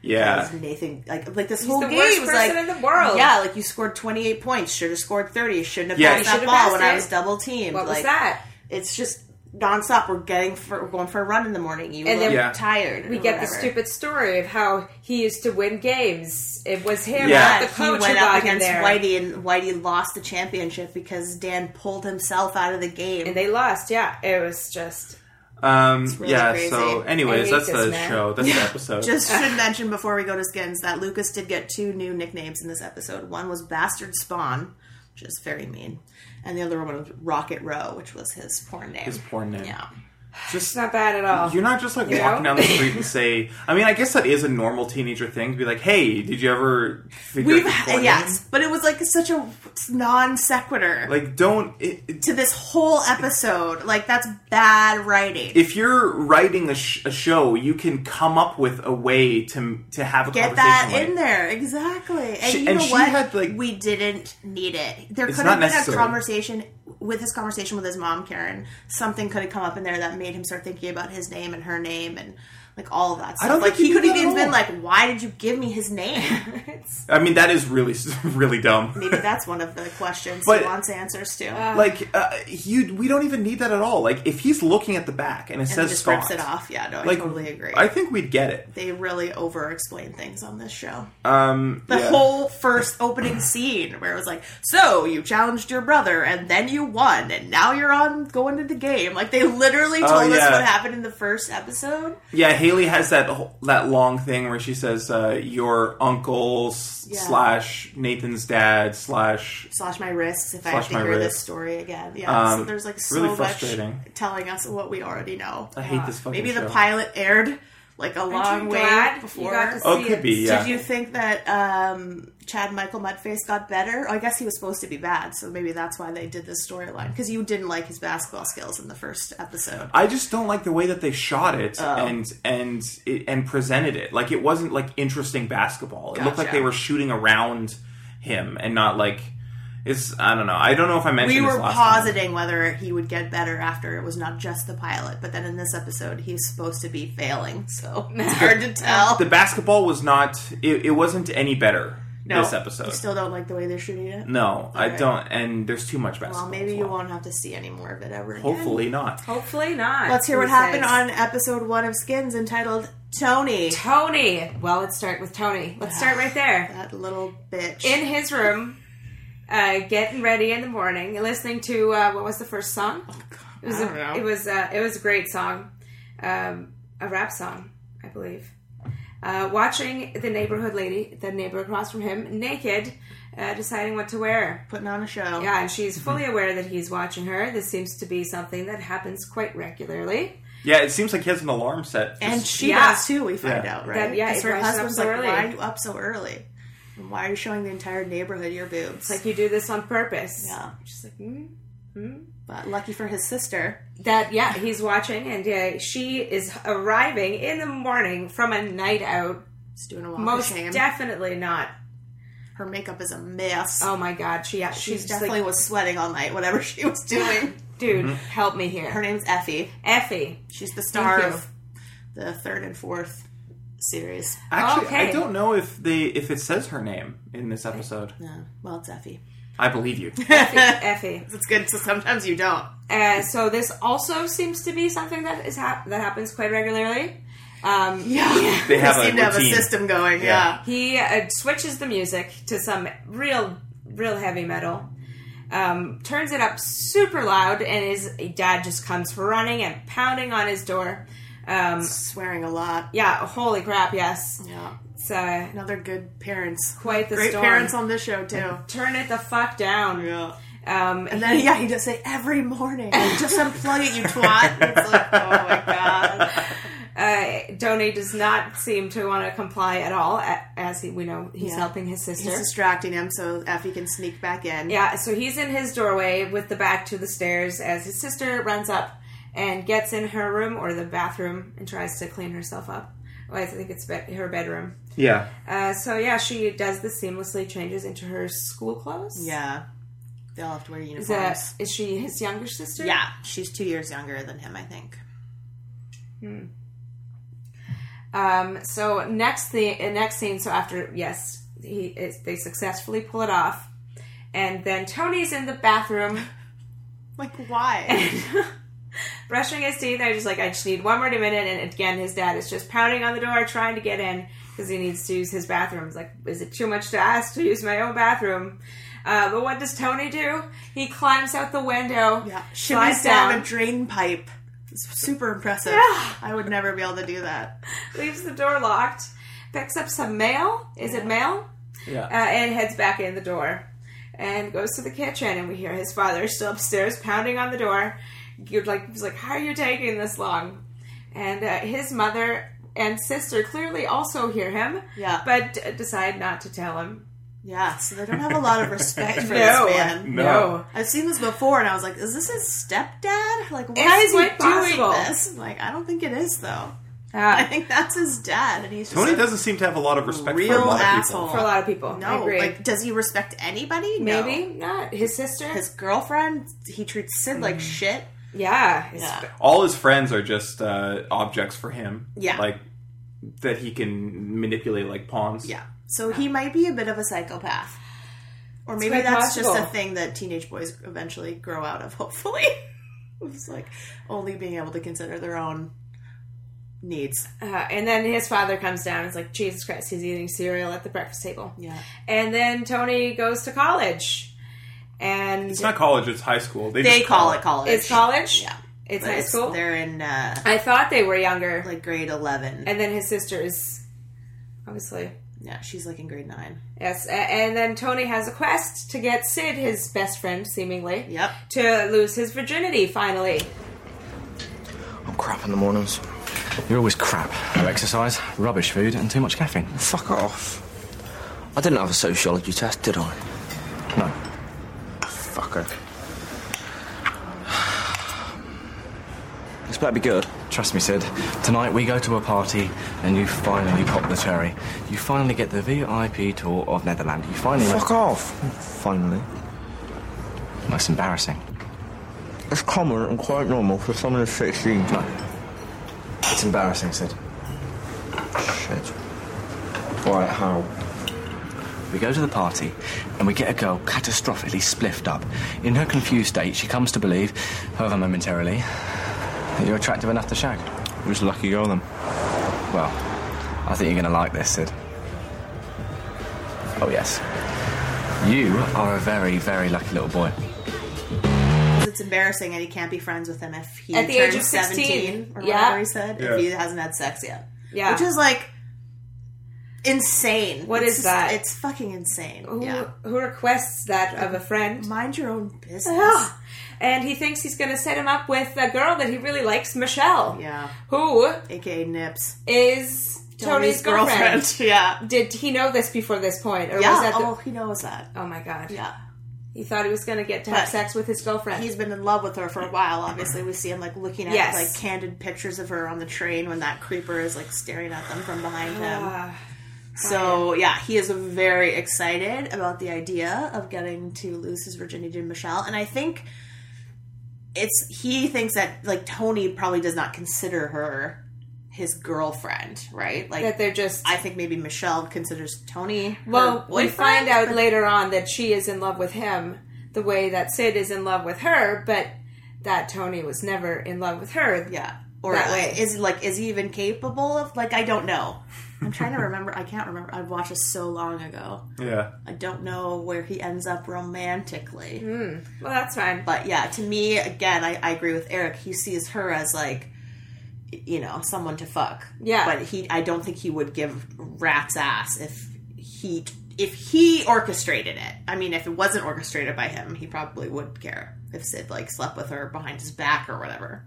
Speaker 3: Yeah.
Speaker 4: Nathan like like this whole
Speaker 1: the
Speaker 4: game
Speaker 1: worst
Speaker 4: was
Speaker 1: person
Speaker 4: like
Speaker 1: in the world.
Speaker 4: Yeah, like you scored 28 points, should have scored 30, shouldn't have
Speaker 3: Yeah.
Speaker 4: passed
Speaker 3: You
Speaker 4: that
Speaker 1: should've
Speaker 4: ball when
Speaker 1: passed
Speaker 4: I
Speaker 1: it.
Speaker 4: was double teamed.
Speaker 1: What
Speaker 4: like,
Speaker 1: was that?
Speaker 4: It's just nonstop. We're getting for we're going for a run in the morning. You
Speaker 1: And
Speaker 4: look
Speaker 1: then
Speaker 3: Yeah.
Speaker 4: tired.
Speaker 1: We
Speaker 4: or
Speaker 1: get the
Speaker 4: whatever.
Speaker 1: stupid story of how he used to win games. It was him,
Speaker 3: Yeah.
Speaker 1: not the
Speaker 4: He
Speaker 1: coach who
Speaker 4: went
Speaker 1: got him
Speaker 4: up against
Speaker 1: there.
Speaker 4: Whitey, and Whitey lost the championship because Dan pulled himself out of the game.
Speaker 1: And they lost. Yeah, it was just
Speaker 3: Um,
Speaker 4: really
Speaker 3: yeah.
Speaker 4: crazy.
Speaker 3: So,
Speaker 1: I
Speaker 3: anyways,
Speaker 1: hate
Speaker 3: that's
Speaker 1: this
Speaker 3: the
Speaker 1: man.
Speaker 3: show. That's the episode.
Speaker 4: just should mention before we go to skins that Lucas did get two new nicknames in this episode. One was Bastard Spawn, which is very mean, and the other one was Rocket Row, which was his porn name.
Speaker 3: His porn name.
Speaker 4: Yeah.
Speaker 3: Just
Speaker 1: It's not bad at all.
Speaker 3: You're not just like
Speaker 1: You
Speaker 3: walking
Speaker 1: know?
Speaker 3: down the street and say. I mean, I guess that is a normal teenager thing to be like, "Hey, did you ever figure
Speaker 4: We've
Speaker 3: out the
Speaker 4: had,
Speaker 3: coordinates?"
Speaker 4: yes, but it was like such a non sequitur
Speaker 3: Like, don't. It, it-
Speaker 4: to this whole episode. Like that's bad writing.
Speaker 3: if you're writing a, sh- a show, you can come up with a way to to have a
Speaker 4: Get
Speaker 3: conversation.
Speaker 4: that
Speaker 3: like-
Speaker 4: in there exactly. And
Speaker 3: She-
Speaker 4: you
Speaker 3: and
Speaker 4: know
Speaker 3: she
Speaker 4: what?
Speaker 3: had, like-
Speaker 4: we didn't need it. There
Speaker 3: It's
Speaker 4: could
Speaker 3: not
Speaker 4: have been
Speaker 3: necessary.
Speaker 4: a conversation with his conversation with his mom, Karen. Something could have come up in there that made him start thinking about his name and her name and. Like all of that stuff.
Speaker 3: don't
Speaker 4: like
Speaker 3: think he
Speaker 4: he could
Speaker 3: did
Speaker 4: have
Speaker 3: that at
Speaker 4: even been
Speaker 3: all.
Speaker 4: like, "Why did you give me his name?"
Speaker 3: I mean, that is really really dumb.
Speaker 4: Maybe that's one of the questions
Speaker 3: But-
Speaker 4: he wants answers to.
Speaker 3: Like, uh, you we don't even need that at all. Like, if he's looking at the back and it
Speaker 4: and
Speaker 3: says
Speaker 4: just
Speaker 3: Scott,
Speaker 4: rips it off. Yeah, no, I
Speaker 3: like,
Speaker 4: totally agree.
Speaker 3: I think we'd get it.
Speaker 4: they really over explain things on this show.
Speaker 3: Um,
Speaker 4: The
Speaker 3: yeah.
Speaker 4: whole first opening scene where it was like, so you challenged your brother and then you won and now you're on going to the game. Like they literally told
Speaker 3: Oh, yeah.
Speaker 4: us what happened in the first episode.
Speaker 3: Yeah, Haley has that whole- that long thing where she says, uh, "Your uncle s-
Speaker 4: Yeah.
Speaker 3: slash Nathan's dad slash."
Speaker 4: Slash my wrists if I
Speaker 3: Slash
Speaker 4: have to
Speaker 3: my
Speaker 4: hear
Speaker 3: wrist.
Speaker 4: this story again. Yeah, so
Speaker 3: Um,
Speaker 4: there's like so
Speaker 3: really
Speaker 4: much
Speaker 3: frustrating.
Speaker 4: telling us what we already know.
Speaker 3: I hate this fucking.
Speaker 4: Maybe the
Speaker 3: show.
Speaker 4: pilot aired like a long way
Speaker 1: glad you
Speaker 4: before.
Speaker 1: got to see
Speaker 3: Oh, it could
Speaker 1: it.
Speaker 3: be. Yeah.
Speaker 4: Did you think that um, Chad Michael Mudface got better? Oh, I guess he was supposed to be bad, so maybe that's why they did this storyline. Because you didn't like his basketball skills in the first episode.
Speaker 3: I just don't like the way that they shot
Speaker 4: Oh.
Speaker 3: it and and it, and presented it. Like it wasn't like interesting basketball. It looked like
Speaker 4: Gotcha.
Speaker 3: they were shooting around him and not like it's. I don't know. I don't know if I mentioned.
Speaker 4: We
Speaker 3: this
Speaker 4: were
Speaker 3: last time.
Speaker 4: positing whether he would get better after it was not just the pilot, but then in this episode, he's supposed to be failing, so it's hard to tell.
Speaker 3: the basketball was not. It, it wasn't any better
Speaker 4: No,
Speaker 3: this episode.
Speaker 4: You still don't like the way they're shooting it?
Speaker 3: no, I
Speaker 4: Okay.
Speaker 3: don't. And there's too much basketball.
Speaker 4: Well, maybe
Speaker 3: as
Speaker 4: you won't have to see any more of it ever again.
Speaker 3: Hopefully not.
Speaker 1: Hopefully not.
Speaker 4: Let's hear what
Speaker 1: He
Speaker 4: happened
Speaker 1: says.
Speaker 4: on episode one of Skins entitled Tony.
Speaker 1: Tony. Well, let's start with Tony. Let's start right there.
Speaker 4: That little bitch.
Speaker 1: in his room, uh, getting ready in the morning, and listening to uh, what was the first song? It was
Speaker 4: Oh, don't know.
Speaker 1: a, it was uh, it was a great song, um, a rap song, I believe. Uh, watching the neighborhood lady, the neighbor across from him, naked, uh, deciding what to wear.
Speaker 4: putting on a show.
Speaker 1: Yeah, and
Speaker 4: Mm-hmm.
Speaker 1: she's fully aware that he's watching her. This seems to be something that happens quite regularly.
Speaker 3: Yeah, it seems like he has an alarm set.
Speaker 4: And
Speaker 3: Just-
Speaker 4: she
Speaker 1: Yeah.
Speaker 4: does too, we find
Speaker 3: Yeah.
Speaker 4: out, right?
Speaker 1: That- yeah,
Speaker 4: 'Cause
Speaker 1: it-
Speaker 4: her
Speaker 1: why she's up
Speaker 4: husband's
Speaker 1: so
Speaker 4: like,
Speaker 1: early.
Speaker 4: why are you up so early? And why are you showing the entire neighborhood your boobs?
Speaker 1: Like you do this on purpose.
Speaker 4: yeah.
Speaker 1: She's like, hmm.
Speaker 4: But lucky for his sister,
Speaker 1: that yeah he's watching and uh, she is arriving in the morning from a night out
Speaker 4: she's doing a walk
Speaker 1: most
Speaker 4: of shame.
Speaker 1: definitely not
Speaker 4: her makeup is a mess.
Speaker 1: oh my god she yeah
Speaker 4: she
Speaker 1: she's, just
Speaker 4: definitely
Speaker 1: like
Speaker 4: was sweating all night, whatever she was doing.
Speaker 1: dude help me here
Speaker 4: her name's Effie.
Speaker 1: effie
Speaker 4: She's the star
Speaker 1: Thank you.
Speaker 4: of the third and fourth series.
Speaker 3: actually, I
Speaker 1: okay.
Speaker 3: don't know if they if it says her name in this episode.
Speaker 4: No, well, it's Effie.
Speaker 3: I believe you.
Speaker 1: effie
Speaker 4: It's good, so sometimes you don't.
Speaker 1: uh, so this also seems to be something that is hap- that happens quite regularly um
Speaker 4: Yeah.
Speaker 3: They have a
Speaker 4: seem to have a
Speaker 3: routine.
Speaker 4: system going, yeah.
Speaker 1: He uh, switches the music to some real, real heavy metal. Um, turns it up super loud, and his dad just comes running and pounding on his door. Um,
Speaker 4: Swearing a lot.
Speaker 1: yeah, holy crap! Yes,
Speaker 4: Yeah.
Speaker 1: it's uh,
Speaker 4: Another good parents.
Speaker 1: quite the
Speaker 4: Great
Speaker 1: storm.
Speaker 4: parents on this show too.
Speaker 1: Turn it the fuck down.
Speaker 4: Yeah.
Speaker 1: Um,
Speaker 4: And then yeah, he just say every morning, just unplug it, you twat. It's like, oh my god.
Speaker 1: uh, Donny does not seem to want to comply at all, a- as he, we know he's
Speaker 4: Yeah.
Speaker 1: helping his sister.
Speaker 4: He's distracting him so Effie can sneak back in.
Speaker 1: Yeah, so he's in his doorway with the back to the stairs as his sister runs up and gets in her room or the bathroom and tries to clean herself up. Well, I think it's be- her bedroom.
Speaker 3: yeah.
Speaker 1: Uh, so yeah, she does this seamlessly, changes into her school clothes.
Speaker 4: Yeah. They all have to wear
Speaker 1: Is,
Speaker 4: uniforms.
Speaker 1: that, is she his younger sister?
Speaker 4: yeah, she's two years younger than him, I think.
Speaker 1: Um, so next the uh, next scene. So after yes, he is, they successfully pull it off, and then Tony's in the bathroom.
Speaker 4: Like why?
Speaker 1: brushing his teeth. I just like I just need one more minute. And again, his dad is just pounding on the door, trying to get in because he needs to use his bathroom. It's like, is it too much to ask to use my own bathroom? Uh, but what does Tony do? He climbs out the window,
Speaker 4: yeah,
Speaker 1: slides
Speaker 4: shimmies down.
Speaker 1: down,
Speaker 4: a drain pipe. It's super impressive.
Speaker 1: Yeah.
Speaker 4: I would never be able to do that.
Speaker 1: leaves the door locked, picks up some mail. Is it mail?
Speaker 3: Yeah.
Speaker 1: Uh, and heads back in the door and goes to the kitchen. And we hear his father still upstairs pounding on the door. you're like was like how are you taking this long and uh, his mother and sister clearly also hear him
Speaker 4: Yeah.
Speaker 1: but d- decide not to tell him
Speaker 4: Yeah, so they don't have a lot of respect for
Speaker 1: No.
Speaker 4: this man.
Speaker 3: No.
Speaker 4: I've seen this before, and I was like, "Is this his stepdad? Like, why
Speaker 1: It's
Speaker 4: is he
Speaker 1: quite possible.
Speaker 4: doing this?" I'm like, I don't think it is though. I
Speaker 1: Uh,
Speaker 4: think that's his dad, and he's just
Speaker 3: Tony
Speaker 4: a
Speaker 3: doesn't seem to have a lot of respect for
Speaker 4: real
Speaker 3: a lot
Speaker 4: asshole.
Speaker 3: of
Speaker 1: for a lot of people I
Speaker 4: No,
Speaker 1: agree.
Speaker 4: like, does he respect anybody? No.
Speaker 1: maybe not his sister
Speaker 4: his girlfriend. He treats Sid like shit.
Speaker 1: yeah, his-
Speaker 4: Yeah.
Speaker 3: people. All his friends are just uh, objects for him.
Speaker 4: Yeah.
Speaker 3: Like that he can manipulate like pawns.
Speaker 4: Yeah, so he might be a bit of a psychopath, or maybe
Speaker 1: quite
Speaker 4: that's just a
Speaker 1: possible.
Speaker 4: thing that teenage boys eventually grow out of. Hopefully, it's like only being able to consider their own needs.
Speaker 1: uh, and then his father comes down and is like jesus christ he's eating cereal at the breakfast table
Speaker 4: Yeah.
Speaker 1: and then tony goes to college and
Speaker 3: It's not college, it's high school. They,
Speaker 4: They
Speaker 3: just
Speaker 4: call it college.
Speaker 1: it's college
Speaker 4: Yeah.
Speaker 1: it's
Speaker 4: But
Speaker 1: high
Speaker 4: it's-
Speaker 1: school
Speaker 4: They're in uh,
Speaker 1: i thought they were younger
Speaker 4: like grade eleven.
Speaker 1: and then his sister is obviously
Speaker 4: yeah, she's like in grade nine.
Speaker 1: Yes, a- and then Tony has a quest to get Sid, his best friend, seemingly,
Speaker 4: Yep.
Speaker 1: to lose his virginity finally.
Speaker 8: I'm crap in the mornings. You're always crap. No exercise, rubbish food, and too much caffeine.
Speaker 9: Fuck off. I didn't have a sociology test, did I?
Speaker 8: No.
Speaker 9: Fucker.
Speaker 8: This better be good. Trust me, Sid. Tonight we go to a party and you finally pop the cherry. You finally get the VIP tour of Netherland. You finally.
Speaker 9: Fuck off. Finally.
Speaker 8: That's embarrassing.
Speaker 9: It's common and quite normal for someone who's 16.
Speaker 8: No. It's embarrassing, Sid.
Speaker 9: Shit. Right, how?
Speaker 8: We go to the party and we get a girl catastrophically spliffed up. In her confused state, she comes to believe, however momentarily, that you're attractive enough to shag.
Speaker 9: Who's the lucky girl then?
Speaker 8: Well, I think you're going to like this, Sid. Oh, yes. You are a very, very lucky little boy.
Speaker 4: 'Cause It's embarrassing, and he can't be friends with him if he
Speaker 1: At the
Speaker 4: turns
Speaker 1: age of 16,
Speaker 4: seventeen or
Speaker 1: yeah.
Speaker 4: whatever he said.
Speaker 3: Yeah.
Speaker 4: If he hasn't had sex yet,
Speaker 1: Yeah.
Speaker 4: which is like insane.
Speaker 1: What
Speaker 4: What is
Speaker 1: is that?
Speaker 4: It's fucking insane.
Speaker 1: Who,
Speaker 4: Yeah.
Speaker 1: who requests that of a friend?
Speaker 4: Mind your own business.
Speaker 1: And he thinks he's going to set him up with a girl that he really likes, Michelle,
Speaker 4: Yeah,
Speaker 1: who
Speaker 4: aka Nips,
Speaker 1: is Tony's, girlfriend.
Speaker 4: Yeah,
Speaker 1: Did he know this before this point, or was
Speaker 4: yeah.
Speaker 1: that? The,
Speaker 4: Oh,
Speaker 1: oh.
Speaker 4: he knows that.
Speaker 1: my god!
Speaker 4: Yeah,
Speaker 1: He thought he was going to get to have
Speaker 4: But
Speaker 1: sex with his girlfriend.
Speaker 4: he's been in love with her for a while. Obviously, we see him like looking at
Speaker 1: Yes.
Speaker 4: like candid pictures of her on the train when that creeper is like staring at them from behind him. So yeah, he is very excited about the idea of getting to lose his virginity to Michelle, and I think it's he thinks that like Tony probably does not consider her his girlfriend, right? Like
Speaker 1: that they're just.
Speaker 4: I think maybe Michelle considers Tony. her
Speaker 1: Well, we
Speaker 4: boyfriend,
Speaker 1: find out
Speaker 4: but-
Speaker 1: later on that she is in love with him the way that Sid is in love with her, but that Tony was never in love with her.
Speaker 4: yeah, or
Speaker 1: that way.
Speaker 4: is like is he even capable of like I don't know. I'm trying to remember. I can't remember. I've watched this so long ago.
Speaker 3: Yeah.
Speaker 4: I don't know where he ends up romantically.
Speaker 1: Well, that's fine.
Speaker 4: But yeah, to me, again, I, I agree with Eric. He sees her as like, you know, someone to fuck.
Speaker 1: Yeah.
Speaker 4: But he, I don't think he would give rat's ass if he if he orchestrated it. I mean, if it wasn't orchestrated by him, he probably would care if Sid like slept with her behind his back or whatever.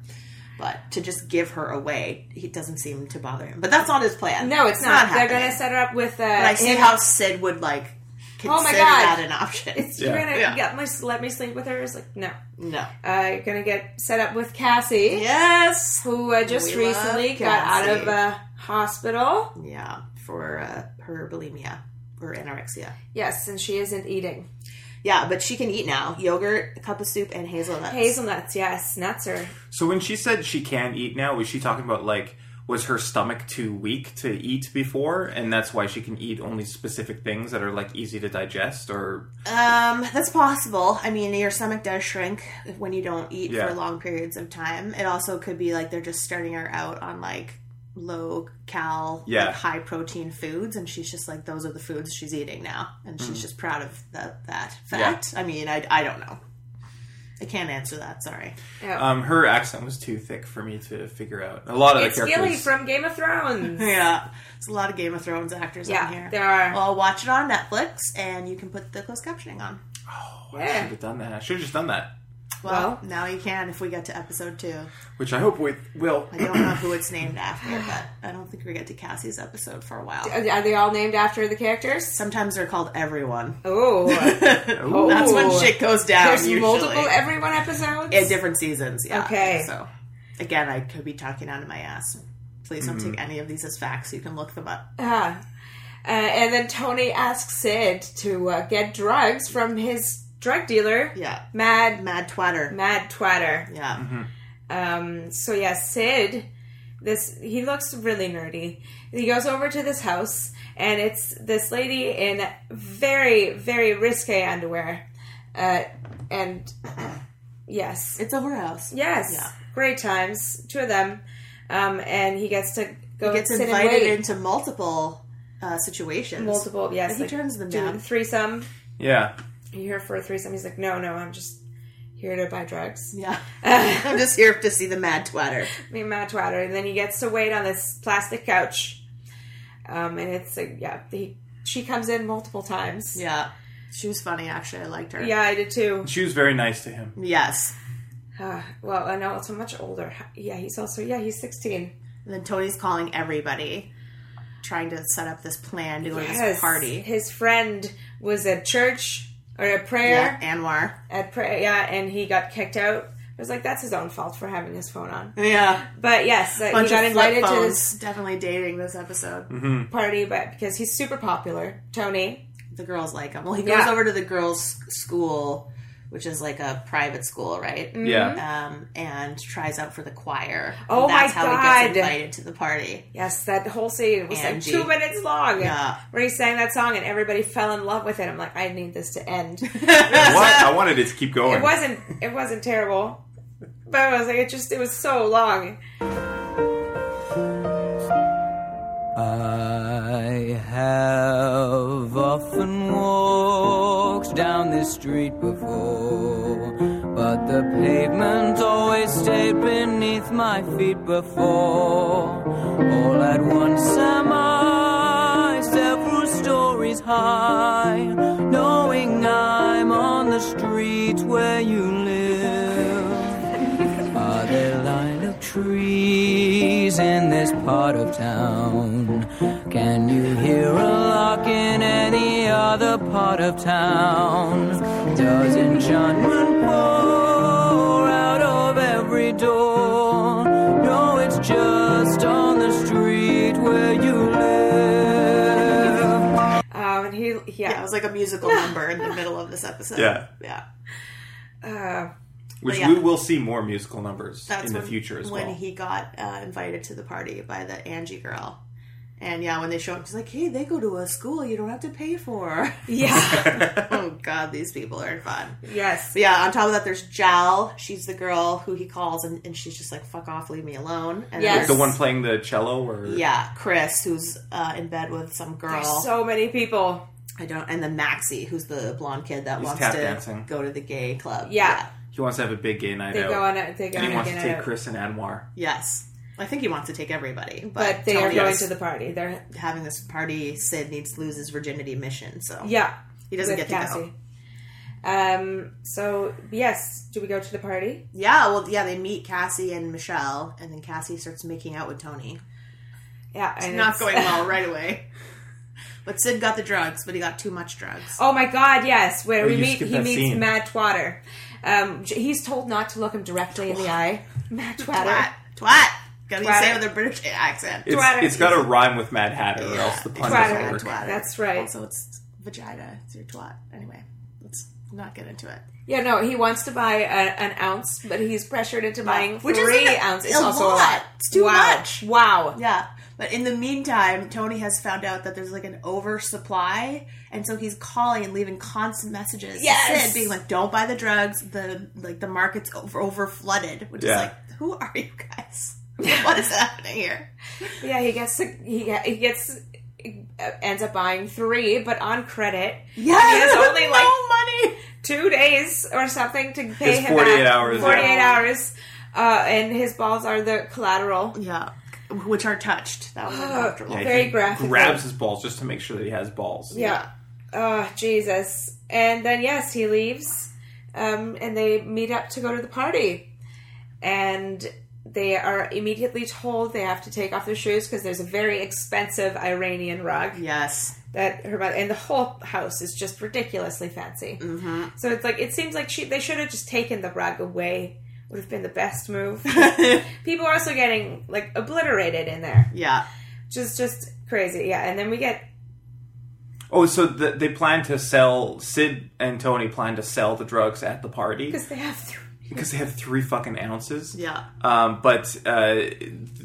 Speaker 4: But to just give her away, he doesn't seem to bother him. But that's not his plan.
Speaker 1: No, it's, not. They're
Speaker 4: happening.
Speaker 1: going to set her up with. Uh,
Speaker 4: But I see
Speaker 1: him.
Speaker 4: how Sid would like consider
Speaker 1: Oh my God.
Speaker 4: that an option.
Speaker 1: you're
Speaker 3: Yeah.
Speaker 1: going to
Speaker 4: Yeah.
Speaker 1: get my, let me sleep with her. It's like no.
Speaker 4: no.
Speaker 1: Uh, you're going to get set up with Cassie,
Speaker 4: Yes.
Speaker 1: who uh, just
Speaker 4: We love
Speaker 1: recently got out
Speaker 4: Cassie.
Speaker 1: of uh, hospital.
Speaker 4: Yeah, for uh, her bulimia or anorexia.
Speaker 1: Yes, and she isn't eating
Speaker 4: Yeah, but she can eat now yogurt, a cup of soup, and hazelnuts.
Speaker 1: hazelnuts. Yes, nuts are
Speaker 3: So when she said she can eat now, was she talking about like was her stomach too weak to eat before and that's why she can eat only specific things that are like easy to digest or
Speaker 4: Um, that's possible. I mean, your stomach does shrink when you don't eat
Speaker 3: Yeah.
Speaker 4: for long periods of time. It also could be like they're just starting her out on like low cal,
Speaker 3: Yeah.
Speaker 4: like, high protein foods, and she's just like those are the foods she's eating now, and she's
Speaker 3: Mm.
Speaker 4: just proud of that that fact. I mean, I I don't know. I can't answer that. Sorry.
Speaker 3: um her accent was too thick for me to figure out. A lot of
Speaker 1: It's
Speaker 3: the
Speaker 1: Gilly
Speaker 3: characters
Speaker 1: from Game of Thrones.
Speaker 4: Yeah, it's a lot of Game of Thrones actors
Speaker 1: Yeah,
Speaker 4: on here.
Speaker 1: there are.
Speaker 4: Well, watch it on Netflix, and you can put the closed captioning on. Oh,
Speaker 3: I should have done that. I should have just done that.
Speaker 4: Well,
Speaker 1: Well.
Speaker 4: now you can if we get to episode two.
Speaker 3: Which I hope we will.
Speaker 4: I don't know who it's named after, but I don't think we get to Cassie's episode for a while.
Speaker 1: Are are they all named after the characters?
Speaker 4: Sometimes they're called everyone.
Speaker 1: Oh,
Speaker 4: That's when shit goes down.
Speaker 1: There's
Speaker 4: usually.
Speaker 1: multiple everyone episodes.
Speaker 4: in different seasons. Yeah.
Speaker 1: Okay.
Speaker 4: So again, I could be talking out of my ass. Please don't take any of these as facts. You can look them up.
Speaker 1: Ah. Uh, and then Tony asks Sid to uh, get drugs from his drug dealer,
Speaker 4: Yeah.
Speaker 1: Mad
Speaker 4: Mad twatter.
Speaker 1: Mad Twatter.
Speaker 4: Yeah.
Speaker 1: Um, so yeah, Sid. This he looks really nerdy. He goes over to this house, and it's this lady in very very risque underwear, uh, and yes,
Speaker 4: It's a whorehouse.
Speaker 1: Yes.
Speaker 4: Yeah.
Speaker 1: Great times. Two of them. Um, and he gets to go
Speaker 4: He gets
Speaker 1: sit and
Speaker 4: invited
Speaker 1: wait.
Speaker 4: into multiple uh, situations.
Speaker 1: multiple. Yes.
Speaker 4: He turns them
Speaker 1: do
Speaker 4: down.
Speaker 1: the threesome.
Speaker 3: Yeah.
Speaker 1: You here for a threesome? He's like, no, no, I'm just here to buy drugs.
Speaker 4: Yeah. I'm just here to see the mad twatter.
Speaker 1: Me and Matt Twatter. And then he gets to wait on this plastic couch. Um, and it's like, yeah, he, she comes in multiple times.
Speaker 4: Yeah. She was funny, actually. I liked her.
Speaker 1: Yeah, I did too.
Speaker 3: She was very nice to him.
Speaker 4: Mm-hmm. Yes.
Speaker 1: Uh, well, I know it's a much older. Yeah, he's also, yeah, he's 16.
Speaker 4: And then Tony's calling everybody, trying to set up this plan to go to
Speaker 1: Yes.
Speaker 4: this party.
Speaker 1: His friend was at church or at prayer.
Speaker 4: Yeah. Anwar.
Speaker 1: at prayer, yeah, and he got kicked out. I was like, that's his own fault for having his phone on.
Speaker 4: Yeah.
Speaker 1: But yes, uh, he
Speaker 4: Bunch
Speaker 1: got
Speaker 4: of flip
Speaker 1: invited to
Speaker 4: phones.
Speaker 1: this
Speaker 4: Definitely dating this episode.
Speaker 1: party, but because he's super popular, Tony.
Speaker 4: the girls like him. Well, he goes
Speaker 1: Yeah.
Speaker 4: over to the girls' school, which is like a private school, right?
Speaker 3: Yeah.
Speaker 4: Um, and tries out for the choir.
Speaker 1: Mm. Oh
Speaker 4: And that's
Speaker 1: my
Speaker 4: how he
Speaker 1: God.
Speaker 4: gets invited to the party. Uh,
Speaker 1: Yes, that whole scene was
Speaker 4: Angie.
Speaker 1: like two minutes long.
Speaker 4: Yeah.
Speaker 1: Where he sang that song and everybody fell in love with it. I'm like, I need this to end.
Speaker 3: what? I wanted it to keep going.
Speaker 1: it wasn't it wasn't terrible. But I was like, it just it was so long.
Speaker 8: Uh,
Speaker 9: I have often walked down this street before, but the pavement always stayed beneath my feet before. All at once am I several stories high, knowing I'm on the street where you live. Are there line of trees in this part of town? Can you hear a lark in any other part of town? Does enchantment pour out of every door? No, it's just on the street where you live.
Speaker 1: Um, and he yeah,
Speaker 4: Yeah, it was like a musical number in the middle of this episode.
Speaker 3: Yeah.
Speaker 4: yeah.
Speaker 3: Which
Speaker 4: yeah.
Speaker 3: we will see more musical numbers in the
Speaker 4: when-
Speaker 3: future as
Speaker 4: when
Speaker 3: well.
Speaker 4: he got uh, invited to the party by the Angie girl. And yeah, when they show up, she's like, "Hey, they go to a school you don't have to pay for."
Speaker 1: yeah,
Speaker 4: oh God, these people are fun.
Speaker 1: yes,
Speaker 4: So yeah, on top of that, there's Jal. She's the girl who he calls, and, and she's just like, "Fuck off, leave me alone." And
Speaker 1: Yes.
Speaker 3: the one playing the cello or
Speaker 4: yeah, Chris, who's uh, in bed with some girl.
Speaker 1: so many people.
Speaker 4: I don't, and then Maxie, who's the blonde kid that wants to
Speaker 3: tap dancing.
Speaker 4: go to the gay club.
Speaker 1: Yeah.
Speaker 3: he wants to have a big gay night
Speaker 1: They
Speaker 3: out.
Speaker 1: go on a they go
Speaker 3: and he
Speaker 1: on a
Speaker 3: wants to
Speaker 1: night
Speaker 3: take
Speaker 1: out.
Speaker 3: Chris and Anwar.
Speaker 4: yes, I think he wants to take everybody, but,
Speaker 1: But they are
Speaker 4: Tony's
Speaker 1: going to the party. They're
Speaker 4: having this party. Sid needs to lose his virginity mission, so
Speaker 1: yeah.
Speaker 4: he doesn't
Speaker 1: with
Speaker 4: get to go.
Speaker 1: Cassie. Um. So yes, do we go to the party?
Speaker 4: Yeah, well, yeah, they meet Cassie and Michelle, and then Cassie starts making out with Tony.
Speaker 1: Yeah, and
Speaker 4: Not
Speaker 1: it's-
Speaker 4: going well right away. But Sid got the drugs, but he got too much drugs.
Speaker 1: Oh my God! Yes, where
Speaker 3: Oh,
Speaker 1: we
Speaker 3: you
Speaker 1: meet,
Speaker 3: skipped
Speaker 1: he
Speaker 3: that
Speaker 1: meets
Speaker 3: scene.
Speaker 1: Matt Twatter. Um, j- he's told not to look him directly in the eye. Matt
Speaker 4: Twat.
Speaker 1: Twatter.
Speaker 4: Twat. Gotta
Speaker 1: Oh, Twat.
Speaker 4: say it with a British accent.
Speaker 3: It's,
Speaker 1: Twatter.
Speaker 3: it's got to rhyme with Mad Hatter, or else the pun
Speaker 1: Twatter.
Speaker 3: doesn't work.
Speaker 4: Twatter.
Speaker 1: That's right.
Speaker 4: Also, it's vagina. It's your twat. Anyway, let's not get into it.
Speaker 1: Yeah, no, he wants to buy a, an ounce, but he's pressured into buying
Speaker 4: Which is
Speaker 1: three
Speaker 4: like a-
Speaker 1: ounces.
Speaker 4: a
Speaker 1: It's also a
Speaker 4: lot.
Speaker 1: lot.
Speaker 4: It's too
Speaker 1: wow.
Speaker 4: much.
Speaker 1: Wow.
Speaker 4: Yeah. But in the meantime, Tony has found out that there's like an oversupply, and so he's calling and leaving constant messages. to
Speaker 1: Yes.
Speaker 4: Sid being like, "Don't buy the drugs. The like the market's over over flooded." Which
Speaker 3: Yeah.
Speaker 4: is like, who are you guys? what is happening here?
Speaker 1: Yeah, he gets to, he get- he gets uh, ends up buying three, but on credit.
Speaker 4: Yeah,
Speaker 1: he has only like
Speaker 4: no money.
Speaker 1: two days or something to pay
Speaker 3: It's
Speaker 1: him
Speaker 3: 48
Speaker 1: back.
Speaker 3: hours, yeah.
Speaker 1: 48 hours. Uh, and his balls are the collateral.
Speaker 4: Yeah, which are touched. That was uncomfortable.
Speaker 3: Yeah,
Speaker 1: Very
Speaker 3: he
Speaker 1: graphic.
Speaker 3: Grabs his balls just to make sure that he has balls.
Speaker 1: Yeah. Oh, Jesus. And then, yes, he leaves. um, and they meet up to go to the party. And they are immediately told they have to take off their shoes because there's a very expensive Iranian rug
Speaker 4: Yes.
Speaker 1: that her mother and the whole house is just ridiculously fancy. Mm-hmm. So it's like it seems like she they should have just taken the rug away. Would have been the best move. People are also getting like obliterated in there,
Speaker 4: Yeah.
Speaker 1: which is just crazy. Yeah, and then we get
Speaker 3: Oh, so the, they plan to sell. Sid and Tony plan to sell the drugs at the party
Speaker 1: because they have three.
Speaker 3: because they have three fucking ounces.
Speaker 4: Yeah.
Speaker 3: Um, but uh,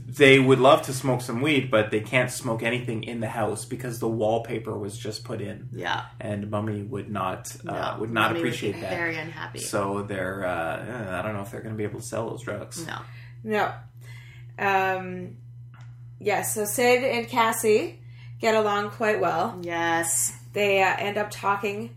Speaker 3: they would love to smoke some weed, but they can't smoke anything in the house because the wallpaper was just put in.
Speaker 4: Yeah.
Speaker 3: And Mummy would not uh, would not
Speaker 4: Mommy would be
Speaker 3: appreciate that.
Speaker 4: Very unhappy.
Speaker 3: So they're uh, I don't know if they're going to be able to sell those drugs.
Speaker 4: no.
Speaker 1: No. Um. Yes. so Sid and Cassie get along quite well.
Speaker 4: Yes.
Speaker 1: They uh, end up talking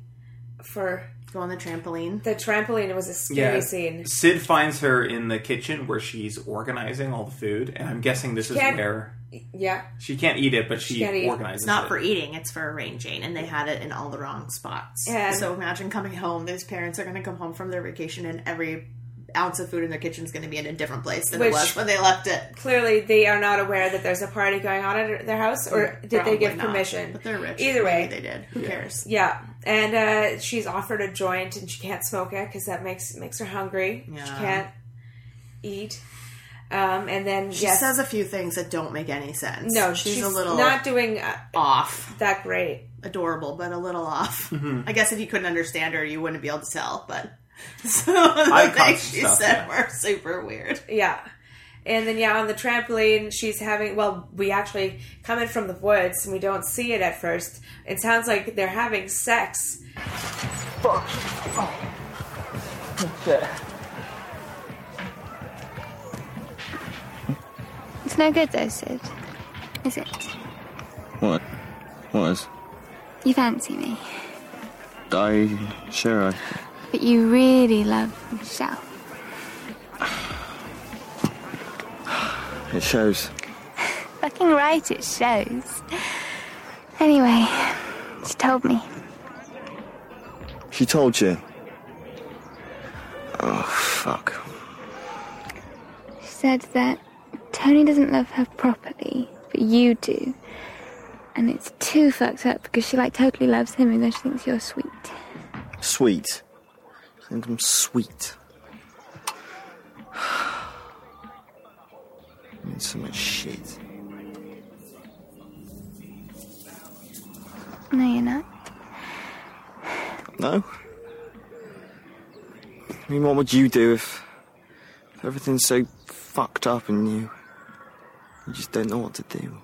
Speaker 1: for
Speaker 4: Go on the trampoline.
Speaker 1: the trampoline. It was a scary
Speaker 3: Yeah.
Speaker 1: scene.
Speaker 3: Sid finds her in the kitchen where she's organizing all the food, and I'm guessing this is
Speaker 1: can't-
Speaker 3: where
Speaker 1: Yeah.
Speaker 3: she can't eat it, but she,
Speaker 1: can't eat it.
Speaker 3: organizes.
Speaker 4: It's not
Speaker 3: it.
Speaker 4: for eating, it's for arranging, and they had it in all the wrong spots.
Speaker 1: And-
Speaker 4: so imagine coming home, those parents are going to come home from their vacation, and every ounce of food in their kitchen is going to be in a different place than
Speaker 1: Which-
Speaker 4: it was when they left it.
Speaker 1: clearly they are not aware that there's a party going on at their house, or did they
Speaker 4: Probably
Speaker 1: give
Speaker 4: not,
Speaker 1: permission?
Speaker 4: But they're rich.
Speaker 1: Either
Speaker 4: Maybe
Speaker 1: way,
Speaker 4: they did. Who cares?
Speaker 1: yeah. And uh, she's offered a joint, and she can't smoke it because that makes makes her hungry. She
Speaker 4: Yeah.
Speaker 1: can't eat. Um, and then
Speaker 4: She
Speaker 1: yes,
Speaker 4: says a few things that don't make any sense.
Speaker 1: no,
Speaker 4: she's, a little
Speaker 1: not doing uh,
Speaker 4: off.
Speaker 1: that great.
Speaker 4: Adorable, but a little off.
Speaker 3: Mm-hmm.
Speaker 4: I guess if you couldn't understand her, you wouldn't be able to tell. But so
Speaker 3: Eye
Speaker 4: the
Speaker 3: contact
Speaker 4: things she
Speaker 3: stuff, yeah.
Speaker 4: said were super weird.
Speaker 1: Yeah. And then yeah, on the trampoline, she's having. Well, we actually come in from the woods, and we don't see it at first. It sounds like they're having sex.
Speaker 9: It's no good though, Sid. Is it?
Speaker 6: What? What is?
Speaker 9: You fancy me,
Speaker 6: I. Sure, I.
Speaker 9: but you really love Michelle.
Speaker 6: It shows.
Speaker 9: Fucking right, it shows. Anyway, she told me.
Speaker 6: She told you. Oh, fuck.
Speaker 9: She said that Tony doesn't love her properly, but you do. And it's too fucked up because she like totally loves him even though she thinks you're sweet.
Speaker 6: Sweet. I think I'm sweet. I need so much shit.
Speaker 9: No, you're not.
Speaker 6: No? I mean, what would you do if, if everything's so fucked up and you. you just don't know what to do?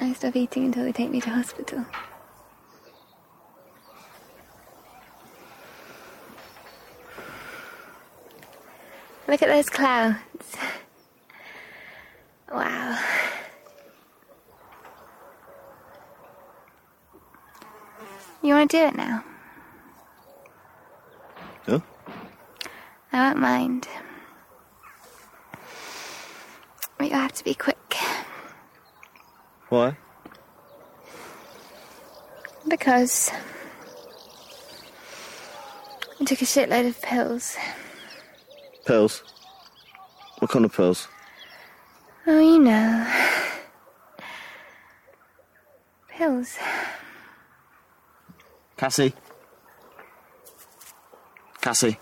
Speaker 9: I stop eating until they take me to hospital. Look at those clouds. Wow. You want to do it now?
Speaker 6: Huh?
Speaker 9: I won't mind. But you'll have to be quick.
Speaker 6: Why?
Speaker 9: Because I took a shitload of pills.
Speaker 6: Pills. What kind of pills?
Speaker 9: Oh, you know. Pills.
Speaker 6: Cassie? Cassie?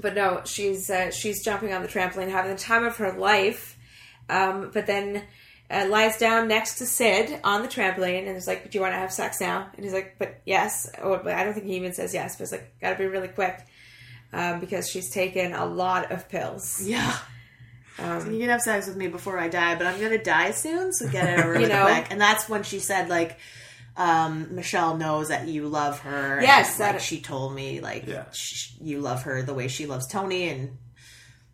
Speaker 1: but no, she's uh, she's jumping on the trampoline, having the time of her life. Um, but then uh, lies down next to Sid on the trampoline and is like, "Do you want to have sex now?" And he's like, "But yes," or but I don't think he even says yes, but it's like, "Gotta be really quick." Um, because she's taken a lot of pills.
Speaker 4: Yeah.
Speaker 1: Um,
Speaker 4: you can have sex with me before I die, but I'm gonna die soon, so get it over really
Speaker 1: know?
Speaker 4: quick. And that's when she said, like, um, Michelle knows that you love her. and,
Speaker 1: Yes,
Speaker 4: like
Speaker 1: that-
Speaker 4: she told me, like,
Speaker 3: Yeah.
Speaker 4: sh- you love her the way she loves Tony, and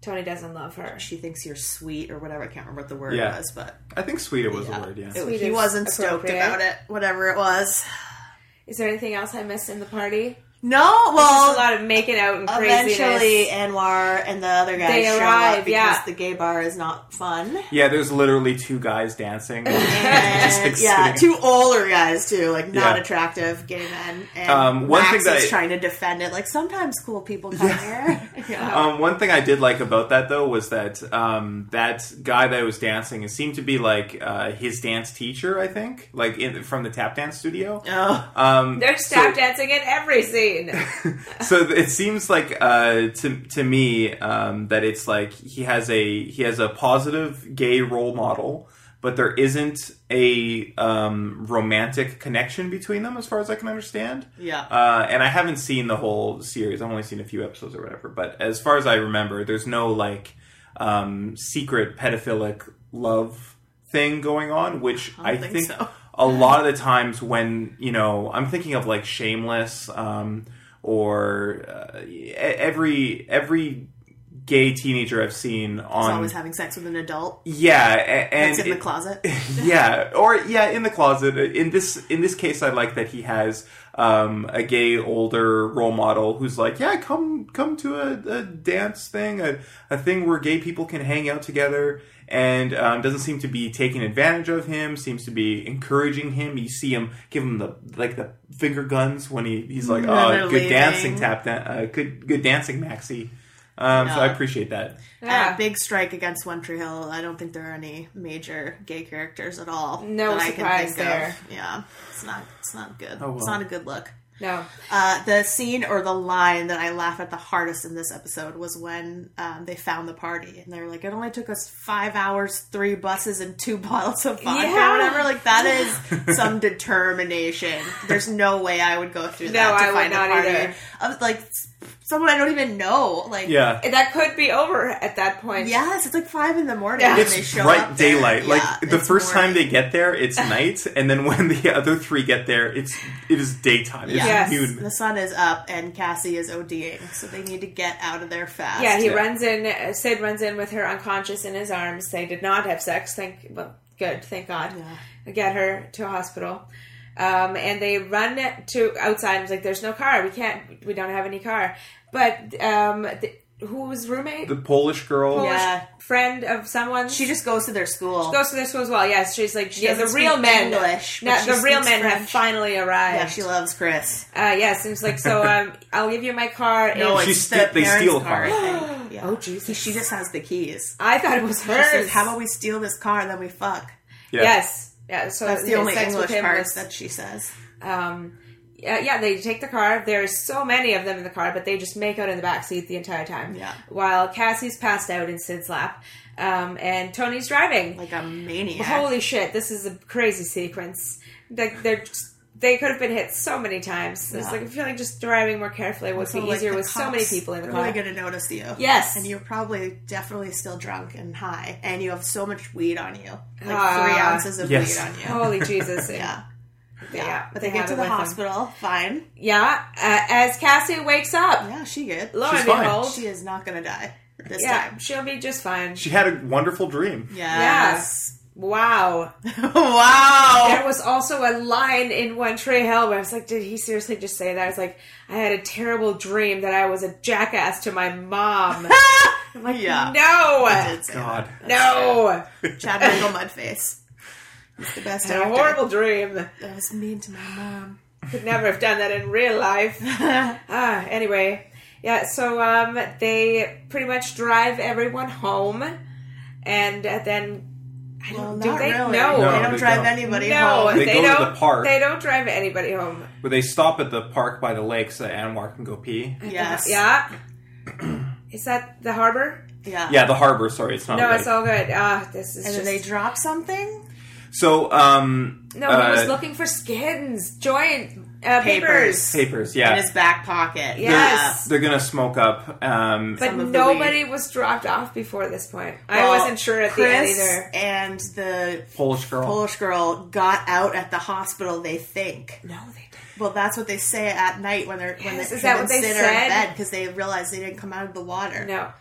Speaker 1: Tony doesn't love her.
Speaker 4: she thinks you're sweet or whatever. I can't remember what the word
Speaker 3: Yeah.
Speaker 4: was, but
Speaker 3: I think sweeter was the word. Yeah.
Speaker 4: it-
Speaker 1: Sweet
Speaker 4: he
Speaker 1: is
Speaker 4: wasn't stoked
Speaker 1: appropriate.
Speaker 4: about it. Whatever it was,
Speaker 1: Is there anything else I missed in the party?
Speaker 4: No,
Speaker 1: Just a
Speaker 4: well,
Speaker 1: lot of making out and craziness.
Speaker 4: eventually Anwar and the other guys
Speaker 1: They
Speaker 4: show
Speaker 1: arrive,
Speaker 4: up because
Speaker 1: yeah.
Speaker 4: the gay bar is not fun.
Speaker 3: Yeah, there's literally two guys dancing. Just,
Speaker 4: And,
Speaker 3: like,
Speaker 4: yeah,
Speaker 3: sitting-
Speaker 4: two older guys too, like not
Speaker 3: Yeah.
Speaker 4: attractive gay men. And
Speaker 3: Um, one
Speaker 4: Max
Speaker 3: thing that
Speaker 4: is
Speaker 3: I-
Speaker 4: trying to defend it, like sometimes cool people come here. Yeah.
Speaker 3: Um, one thing I did like about that though was that um, that guy that was dancing it seemed to be like uh, his dance teacher, I think, like in, from the tap dance studio.
Speaker 4: Oh.
Speaker 3: Um,
Speaker 1: They're
Speaker 3: so-
Speaker 1: tap dancing in every scene.
Speaker 3: so th- it seems like uh, to to me um, that it's like he has a he has a positive gay role model, but there isn't a um, romantic connection between them, as far as I can understand.
Speaker 4: Yeah.
Speaker 3: Uh, and I haven't seen the whole series. I've only seen a few episodes or whatever. But as far as I remember, there's no like um, secret pedophilic love thing going on, which I,
Speaker 4: think
Speaker 3: think,
Speaker 4: so.
Speaker 3: a lot of the times when you know i'm thinking of like shameless um, or uh, e- every every gay teenager i've seen
Speaker 4: He's
Speaker 3: on
Speaker 4: always having sex with an adult.
Speaker 3: yeah a- and
Speaker 4: It's in the
Speaker 3: it-
Speaker 4: closet.
Speaker 3: yeah or yeah in the closet in this in this case i like that he has um, a gay older role model who's like yeah come come to a, a dance thing a, a thing where gay people can hang out together and um, doesn't seem to be taking advantage of him seems to be encouraging him you see him give him the like the finger guns when he, he's like
Speaker 4: they're
Speaker 3: oh good
Speaker 4: leaving."
Speaker 3: dancing tap dan- uh, good good dancing maxi um, so i
Speaker 4: Yeah.
Speaker 3: appreciate that
Speaker 4: Uh,
Speaker 1: Yeah.
Speaker 4: big strike against One Tree Hill. I don't think there are any major gay characters at all.
Speaker 1: No
Speaker 4: that I
Speaker 1: surprise there.
Speaker 4: Of. Yeah, it's not. It's not good.
Speaker 3: Oh, well.
Speaker 4: It's not a good look.
Speaker 1: No.
Speaker 4: Uh, the scene or the line that I laughed at the hardest in this episode was when um, they found the party and they were like, "It only took us five hours, three buses, and two bottles of vodka,
Speaker 1: Yeah.
Speaker 4: or whatever." Like that is some determination. There's no way I would go through that.
Speaker 1: No,
Speaker 4: to
Speaker 1: I would
Speaker 4: find
Speaker 1: not
Speaker 4: a party.
Speaker 1: either.
Speaker 4: I was like s- someone I don't even know. Like,
Speaker 3: yeah
Speaker 1: That could be over at that point.
Speaker 4: Yes, it's like five in the morning.
Speaker 1: Yeah.
Speaker 4: when
Speaker 3: It's
Speaker 4: they show
Speaker 3: bright
Speaker 4: up there.
Speaker 3: daylight.
Speaker 4: Yeah,
Speaker 3: like the
Speaker 4: it's
Speaker 3: first
Speaker 4: morning.
Speaker 3: time they get there, it's night, and then when the other three get there, it's it is daytime. It's
Speaker 1: Yes.
Speaker 3: noon.
Speaker 4: the sun is up and Cassie is ODing, so they need to get out of there fast.
Speaker 1: Yeah, he runs in. uh, Sid runs in with her unconscious in his arms. They did not have sex. Thank well, good. Thank God. Get her to a hospital. Um, and they run to outside. He's like, "There's no car. We can't. We don't have any car." But um, the, who was roommate?
Speaker 3: The Polish girl.
Speaker 1: Polish
Speaker 4: Yeah.
Speaker 1: friend of someone.
Speaker 4: she just goes to their school.
Speaker 1: goes to this one as well. Yes, she's like, yeah, the
Speaker 4: doesn't
Speaker 1: real
Speaker 4: speak
Speaker 1: men.
Speaker 4: English,
Speaker 1: now,
Speaker 4: but she
Speaker 1: the real
Speaker 4: speaks
Speaker 1: men have
Speaker 4: French.
Speaker 1: finally arrived.
Speaker 4: yeah, she loves Chris.
Speaker 1: uh, yes, and it's like, so um, I'll give you my car.
Speaker 4: No,
Speaker 1: and
Speaker 3: She
Speaker 4: it's
Speaker 3: ste-
Speaker 4: the
Speaker 3: they
Speaker 4: parents'
Speaker 3: steal
Speaker 4: car.
Speaker 3: her.
Speaker 4: I think. Yeah.
Speaker 1: Oh, Jesus.
Speaker 4: She just has the keys.
Speaker 1: I thought it was
Speaker 4: She says,
Speaker 1: hers.
Speaker 4: "How about we steal this car and then we fuck?"
Speaker 3: Yeah.
Speaker 1: Yes. Yeah, so
Speaker 4: That's the
Speaker 1: his
Speaker 4: only
Speaker 1: sex with
Speaker 4: English
Speaker 1: him
Speaker 4: part
Speaker 1: was-
Speaker 4: that she says.
Speaker 1: um, yeah, yeah, they take the car. There's so many of them in the car, but they just make out in the back seat the entire time.
Speaker 4: Yeah.
Speaker 1: While Cassie's passed out in Sid's lap, um, and Tony's driving.
Speaker 4: Like a maniac.
Speaker 1: Holy shit! This is a crazy sequence. Like they're just- they could have been hit so many times. It's like I feel like just driving more carefully would be
Speaker 4: So, like,
Speaker 1: easier
Speaker 4: the
Speaker 1: with so many
Speaker 4: cops
Speaker 1: people in the
Speaker 4: are
Speaker 1: car.
Speaker 4: Really going to notice you.
Speaker 1: Yes.
Speaker 4: and you're probably definitely still drunk and high, and you have so much weed on you, like
Speaker 1: Ah.
Speaker 4: three ounces of
Speaker 3: Yes.
Speaker 4: weed on you.
Speaker 1: Holy Jesus!
Speaker 4: Yeah.
Speaker 1: yeah.
Speaker 4: But they, get
Speaker 1: have
Speaker 4: to
Speaker 1: it
Speaker 4: the
Speaker 1: with them.
Speaker 4: hospital. Fine.
Speaker 1: Yeah, uh, as Cassie wakes up,
Speaker 4: Yeah, she good.
Speaker 1: lo
Speaker 3: She's
Speaker 1: and
Speaker 3: fine.
Speaker 1: behold,
Speaker 4: She is not gonna die this
Speaker 1: yeah,
Speaker 4: time.
Speaker 1: she'll be just fine.
Speaker 3: She had a wonderful dream.
Speaker 1: Yes. Wow.
Speaker 4: wow.
Speaker 1: There was also a line in One Tree Hill where I was like, did he seriously just say that? I was like, I had a terrible dream that I was a jackass to my mom. I'm like,
Speaker 4: Yeah.
Speaker 1: no.
Speaker 4: It's
Speaker 3: God.
Speaker 1: No.
Speaker 4: Chad Michael Mudface. He's the best
Speaker 1: I had
Speaker 4: actor.
Speaker 1: a horrible dream.
Speaker 4: I was mean to my mom.
Speaker 1: Could never have done that in real life. ah, anyway. Yeah, so um, they pretty much drive everyone home. And uh, then, I
Speaker 4: Well,
Speaker 1: don't,
Speaker 4: not
Speaker 1: do they?
Speaker 4: really.
Speaker 1: No.
Speaker 4: they
Speaker 3: No,
Speaker 4: don't
Speaker 3: they
Speaker 4: drive
Speaker 3: don't.
Speaker 4: anybody
Speaker 1: No,
Speaker 4: home.
Speaker 3: They go to
Speaker 1: don't.
Speaker 3: the park.
Speaker 1: They don't drive anybody home.
Speaker 3: But they stop at the park by the lake so that Anwar can go pee.
Speaker 4: Yes.
Speaker 1: Yeah. Is that the harbor?
Speaker 4: Yeah.
Speaker 3: Yeah, the harbor. Sorry, it's not.
Speaker 1: No,
Speaker 3: a lake.
Speaker 1: it's all good. Ah, this is
Speaker 4: And
Speaker 1: just.
Speaker 4: then they drop something.
Speaker 3: So, um,
Speaker 1: no,
Speaker 3: uh,
Speaker 1: he was looking for skins, joint uh, papers.
Speaker 4: Papers.
Speaker 3: papers. Yeah,
Speaker 4: In his back pocket.
Speaker 1: Yes.
Speaker 3: they're gonna smoke up. Um,
Speaker 1: But
Speaker 4: Some of the
Speaker 1: nobody was dropped off before this point.
Speaker 4: Well,
Speaker 1: I wasn't sure at the end
Speaker 4: Chris
Speaker 1: either.
Speaker 4: And the
Speaker 3: Polish girl.
Speaker 4: Polish girl got out at the hospital. They think.
Speaker 1: No, they didn't.
Speaker 4: Well, that's what they say at night when they're when
Speaker 1: Yes,
Speaker 4: they
Speaker 1: is that
Speaker 4: when
Speaker 1: what they
Speaker 4: Sid are in
Speaker 1: said?
Speaker 4: bed because they realize they didn't come out of the water.
Speaker 1: No.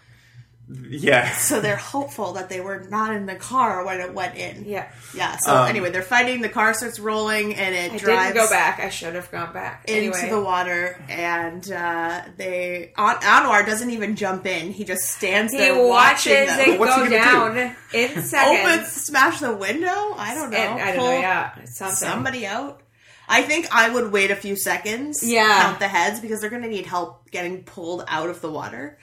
Speaker 3: Yeah.
Speaker 4: So they're hopeful that they were not in the car when it went in.
Speaker 1: Yeah.
Speaker 4: Yeah. So
Speaker 3: Um,
Speaker 4: anyway, they're fighting. The car starts rolling, and it
Speaker 1: I
Speaker 4: drives
Speaker 1: didn't go back. I should have gone back.
Speaker 4: into
Speaker 1: anyway,
Speaker 4: the water. And uh, they An- Anwar doesn't even jump in. He just stands
Speaker 1: he
Speaker 4: there watching
Speaker 1: watches
Speaker 4: them.
Speaker 1: it
Speaker 3: What's he
Speaker 1: go
Speaker 3: gonna
Speaker 1: down
Speaker 3: do?
Speaker 1: in
Speaker 4: Open,
Speaker 1: seconds.
Speaker 4: smash the window. I don't know.
Speaker 1: And, I don't know.
Speaker 4: Pull
Speaker 1: Yeah, it's something.
Speaker 4: somebody out. I think I would wait a few seconds.
Speaker 1: Yeah.
Speaker 4: Count the heads because they're going to need help getting pulled out of the water.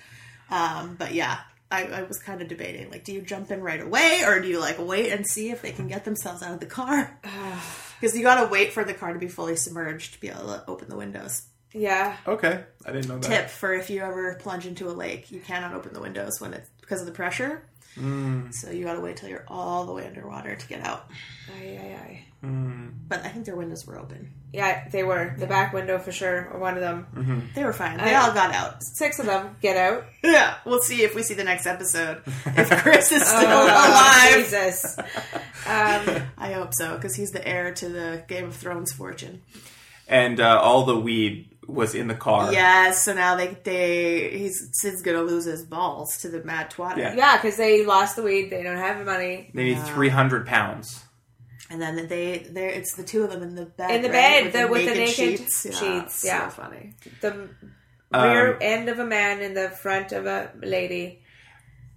Speaker 4: Um, but yeah, I, I was kind of debating like, do you jump in right away or do you like wait and see if they can get themselves out of the car? Because you got to wait for the car to be fully submerged to be able to open the windows.
Speaker 1: Yeah.
Speaker 3: Okay, I didn't know that.
Speaker 4: Tip for if you ever plunge into a lake, you cannot open the windows when it's because of the pressure. So you got to wait till you're all the way underwater to get out.
Speaker 1: Aye, aye, aye.
Speaker 4: But I think their windows were open.
Speaker 1: Yeah, they were the back window for sure, or one of them.
Speaker 4: They were fine. They all got out.
Speaker 1: Six of them get out.
Speaker 4: Yeah, we'll see if we see the next episode. If Chris is still
Speaker 1: Oh,
Speaker 4: alive,
Speaker 1: Jesus.
Speaker 4: I hope so because he's the heir to the Game of Thrones fortune.
Speaker 3: And uh, all the weed was in the car.
Speaker 4: Yes, so now they they he's Sid's gonna lose his balls to the Mad Twatter,
Speaker 3: Yeah.
Speaker 1: Yeah, because they lost the weed. They don't have the money.
Speaker 3: They need 300 pounds.
Speaker 4: and then they there it's the two of them in the bed
Speaker 1: In the
Speaker 4: right?
Speaker 1: bed, the- with the naked sheets,
Speaker 4: so
Speaker 1: yeah.
Speaker 4: funny.
Speaker 1: The rear
Speaker 3: Um,
Speaker 1: end of a man and the front of a lady.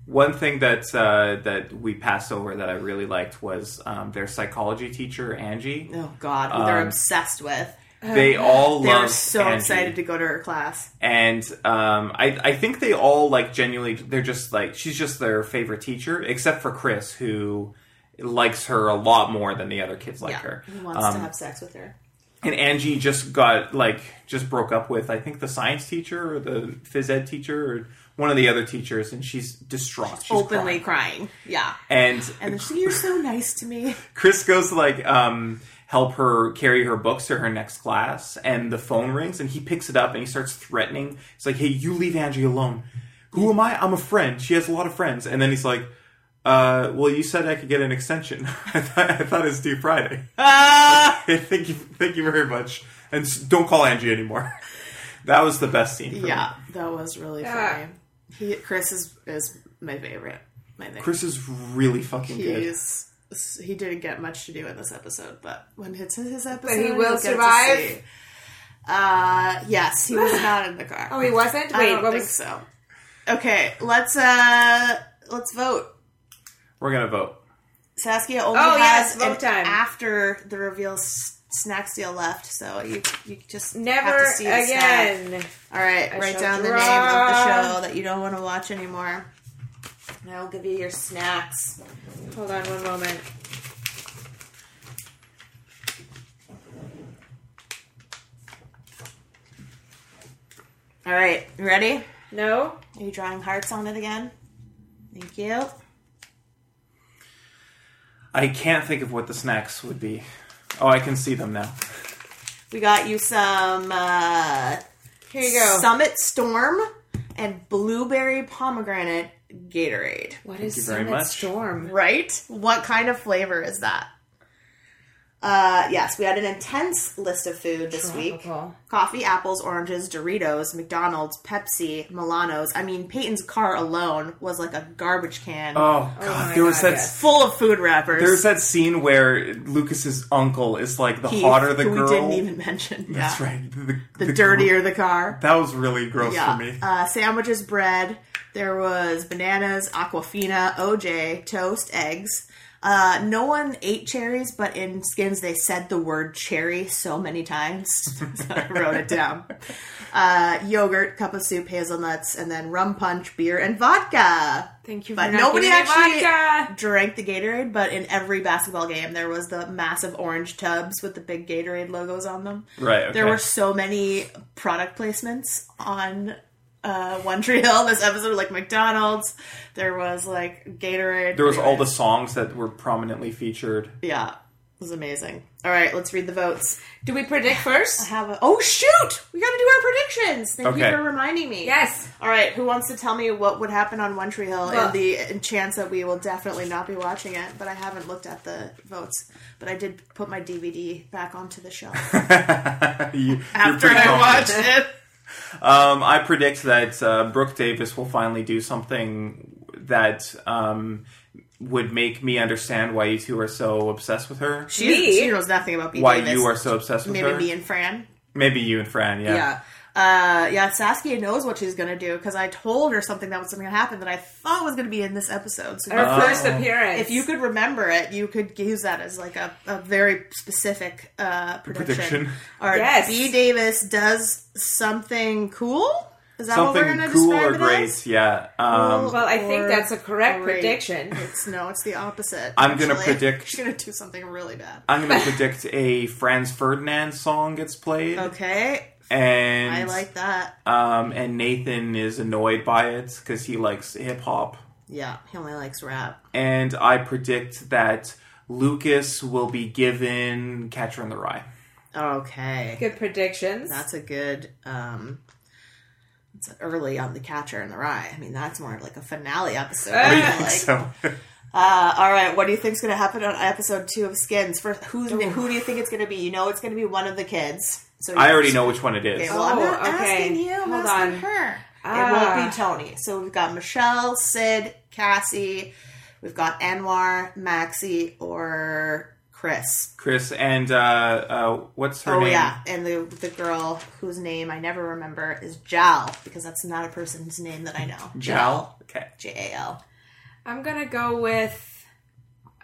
Speaker 3: One thing that uh, that we passed over that I really liked was um, their psychology teacher Angie.
Speaker 4: Oh God, who they're obsessed with.
Speaker 3: They all
Speaker 4: Oh, They were
Speaker 3: Um, love
Speaker 4: so
Speaker 3: Angie.
Speaker 4: excited to go to her class.
Speaker 3: and um, I I think they all like genuinely they're just like she's just their favorite teacher except for Chris who likes her a lot more than the other kids like
Speaker 4: yeah,
Speaker 3: her. Um,
Speaker 4: he wants to have sex with her.
Speaker 3: And Angie just got like just broke up with I think the science teacher or the phys ed teacher or one of the other teachers and she's distraught. She's
Speaker 4: Openly
Speaker 3: crying.
Speaker 4: crying. Yeah.
Speaker 3: And
Speaker 4: And then she's like, You're so nice to me.
Speaker 3: Chris goes to like um, help her carry her books to her next class, and the phone rings, and he picks it up and he starts threatening. He's like, "Hey, you leave Angie alone. Who am I? I'm a friend. She has a lot of friends." And then he's like, uh, "Well, you said I could get an extension. I thought I thought it's due Friday. thank you, thank you very much, and s- don't call Angie anymore." that was the best scene. for me.
Speaker 4: Yeah, that was really
Speaker 1: Yeah.
Speaker 4: funny. He, Chris is is my favorite. I think
Speaker 3: Chris is really fucking good.
Speaker 4: he's he didn't get much to do in this episode, but when it's his episode,
Speaker 1: he will
Speaker 4: you'll get to
Speaker 1: survive?
Speaker 4: see. Uh, yes, he was not in the car.
Speaker 1: Oh, he wasn't.
Speaker 4: I
Speaker 1: Wait,
Speaker 4: don't
Speaker 1: what
Speaker 4: think
Speaker 1: was?
Speaker 4: so. Okay, let's uh let's vote.
Speaker 3: We're gonna vote.
Speaker 4: Saskia only
Speaker 1: Oh,
Speaker 4: has
Speaker 1: yes, vote
Speaker 4: an
Speaker 1: time.
Speaker 4: after the reveal s- snack steal left, so you you just have
Speaker 1: Never
Speaker 4: to see the snack.
Speaker 1: again.
Speaker 4: All right,
Speaker 1: I
Speaker 4: write
Speaker 1: shall
Speaker 4: down the name
Speaker 1: draw.
Speaker 4: of the show that you don't want to watch anymore. And I'll give you your snacks.
Speaker 1: Hold on one moment.
Speaker 4: All right, you ready?
Speaker 1: No.
Speaker 4: Are you drawing hearts on it again? Thank you.
Speaker 3: I can't think of what the snacks would be. Oh, I can see them now.
Speaker 4: We got you some uh,
Speaker 1: Here you go.
Speaker 4: Summit Storm and blueberry pomegranate Gatorade.
Speaker 1: what is
Speaker 3: you very
Speaker 1: Summit
Speaker 3: much.
Speaker 1: Storm?
Speaker 4: Right? What kind of flavor is that? Uh, yes, we had an intense list of food this
Speaker 1: Tropical.
Speaker 4: week. Coffee, apples, oranges, Doritos, McDonald's, Pepsi, Milano's. I mean, Peyton's car alone was like a garbage can
Speaker 3: Oh god,
Speaker 1: my
Speaker 3: there was
Speaker 1: God,
Speaker 3: that
Speaker 1: yes.
Speaker 4: full of food wrappers.
Speaker 3: There's that scene where Lucas's uncle is like the
Speaker 4: Keith,
Speaker 3: hotter the
Speaker 4: who
Speaker 3: girl.
Speaker 4: We didn't even mention.
Speaker 3: That's
Speaker 4: yeah.
Speaker 3: right. The,
Speaker 4: The,
Speaker 3: the-
Speaker 4: dirtier the car.
Speaker 3: That was really gross
Speaker 4: Yeah.
Speaker 3: for me.
Speaker 4: Uh, sandwiches, bread. There was bananas, aquafina, OJ, toast, eggs. Uh, no one ate cherries, but in skins they said the word cherry so many times. so I wrote it down. Uh, yogurt, cup of soup, hazelnuts, and then rum punch, beer, and vodka.
Speaker 1: Thank you.
Speaker 4: But
Speaker 1: for not
Speaker 4: nobody
Speaker 1: giving me
Speaker 4: actually
Speaker 1: vodka.
Speaker 4: drank the Gatorade, but in every basketball game there was the massive orange tubs with the big Gatorade logos on them.
Speaker 3: Right, okay.
Speaker 4: There were so many product placements on uh, One Tree Hill this episode, like McDonald's. There was like Gatorade.
Speaker 3: there was all the songs that were prominently featured.
Speaker 4: yeah. It was amazing. All right, let's read the votes.
Speaker 1: Do we predict first?
Speaker 4: Have a oh shoot, we got to do our predictions. Thank
Speaker 3: Okay.
Speaker 4: you for reminding me.
Speaker 1: Yes.
Speaker 4: All right, who wants to tell me what would happen on One Tree Hill
Speaker 1: Well-
Speaker 4: and the chance that we will definitely not be watching it? But I haven't looked at the votes. But I did put my DVD back onto the shelf
Speaker 3: you,
Speaker 4: after I watched it.
Speaker 3: Um, I predict that uh, Brooke Davis will finally do something that um, would make me understand why you two are so obsessed with her.
Speaker 4: She, doesn't- she knows nothing about B.
Speaker 3: why
Speaker 4: Davis.
Speaker 3: you are so obsessed with
Speaker 4: Maybe
Speaker 3: her.
Speaker 4: me and Fran.
Speaker 3: Maybe you and Fran. Yeah.
Speaker 4: Yeah. Uh, yeah, Saskia knows what she's gonna do because I told her something that was something that happened that I thought was gonna be in this episode. So
Speaker 1: Her
Speaker 4: if-
Speaker 1: first appearance.
Speaker 4: if you could remember it, you could use that as like a, a very specific uh, prediction.
Speaker 3: Prediction.
Speaker 4: Or
Speaker 1: Yes.
Speaker 4: B. Davis does something cool. Is that what we're
Speaker 3: Something
Speaker 4: gonna
Speaker 3: cool
Speaker 4: describe
Speaker 3: or
Speaker 4: it
Speaker 3: great.
Speaker 4: as?
Speaker 3: Yeah. Um,
Speaker 1: Well, I think
Speaker 4: Or
Speaker 1: that's a correct
Speaker 4: great.
Speaker 1: prediction.
Speaker 4: It's no, it's the opposite.
Speaker 3: I'm gonna
Speaker 4: actually.
Speaker 3: predict-
Speaker 4: She's gonna do something really bad.
Speaker 3: I'm going to predict a Franz Ferdinand song gets played.
Speaker 4: Okay,
Speaker 3: And
Speaker 4: I like that.
Speaker 3: um, and Nathan is annoyed by it because he likes hip hop.
Speaker 4: Yeah, he only likes rap.
Speaker 3: And I predict that Lucas will be given Catcher in the Rye.
Speaker 4: Okay,
Speaker 1: Good predictions.
Speaker 4: that's a good. um It's early on the Catcher in the Rye. I mean, that's more of like a finale episode. I
Speaker 3: I
Speaker 4: feel
Speaker 3: think
Speaker 4: like.
Speaker 3: so.
Speaker 4: Uh, all right, what do you think's going to happen on episode two of Skins? First, who's who do you think it's going to be? You know, it's going to be one of the kids. So
Speaker 3: I already know which one it
Speaker 4: Okay,
Speaker 3: is.
Speaker 4: well, I'm not
Speaker 1: Oh, okay.
Speaker 4: asking you. I'm
Speaker 1: Hold
Speaker 4: asking
Speaker 1: on.
Speaker 4: her. it
Speaker 1: Ah.
Speaker 4: won't be Tony. So we've got Michelle, Sid, Cassie. We've got Anwar, Maxie, or Chris.
Speaker 3: Chris and uh, uh, what's her
Speaker 4: oh
Speaker 3: name?
Speaker 4: yeah, and the the girl whose name I never remember is Jal because that's not a person's name that I know.
Speaker 3: Jal. Okay.
Speaker 4: J A L.
Speaker 1: I'm gonna go with.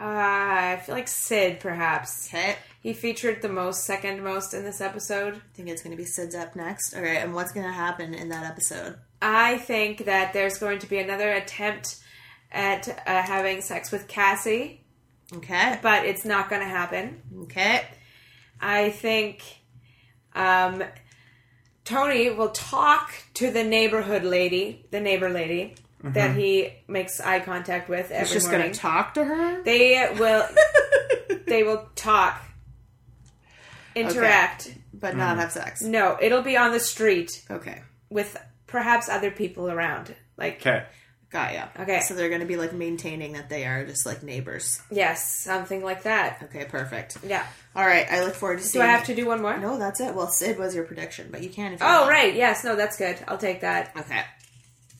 Speaker 1: Uh, I feel like Sid, perhaps.
Speaker 4: Okay, I
Speaker 1: He featured the most, second most in this episode.
Speaker 4: think it's going to be Sid's up next. All right, and what's going to happen in that episode?
Speaker 1: I think that there's going to be another attempt at uh, having sex with Cassie,
Speaker 4: Okay,
Speaker 1: but it's not going to happen.
Speaker 4: okay.
Speaker 1: I think um, Tony will talk to the neighborhood lady, the neighbor lady that he makes eye contact with every
Speaker 4: Mm-hmm. He's just
Speaker 1: morning.
Speaker 4: going to talk to her.
Speaker 1: they will. they will talk, interact.
Speaker 4: But
Speaker 1: Mm.
Speaker 4: not have sex.
Speaker 1: No, it'll be on the street
Speaker 4: Okay.
Speaker 1: with perhaps other people around. Like
Speaker 3: Okay.
Speaker 4: Got ya.
Speaker 1: Okay.
Speaker 4: So they're going to be like maintaining that they are just like neighbors.
Speaker 1: yes, something like that.
Speaker 4: Okay, perfect.
Speaker 1: Yeah.
Speaker 4: All right, I look forward to
Speaker 1: Do
Speaker 4: seeing.
Speaker 1: I have to do one more?
Speaker 4: No, that's it. Well, Sid was your prediction, but you can if you
Speaker 1: Oh
Speaker 4: want.
Speaker 1: right, yes, no, that's good. I'll take that.
Speaker 4: Okay.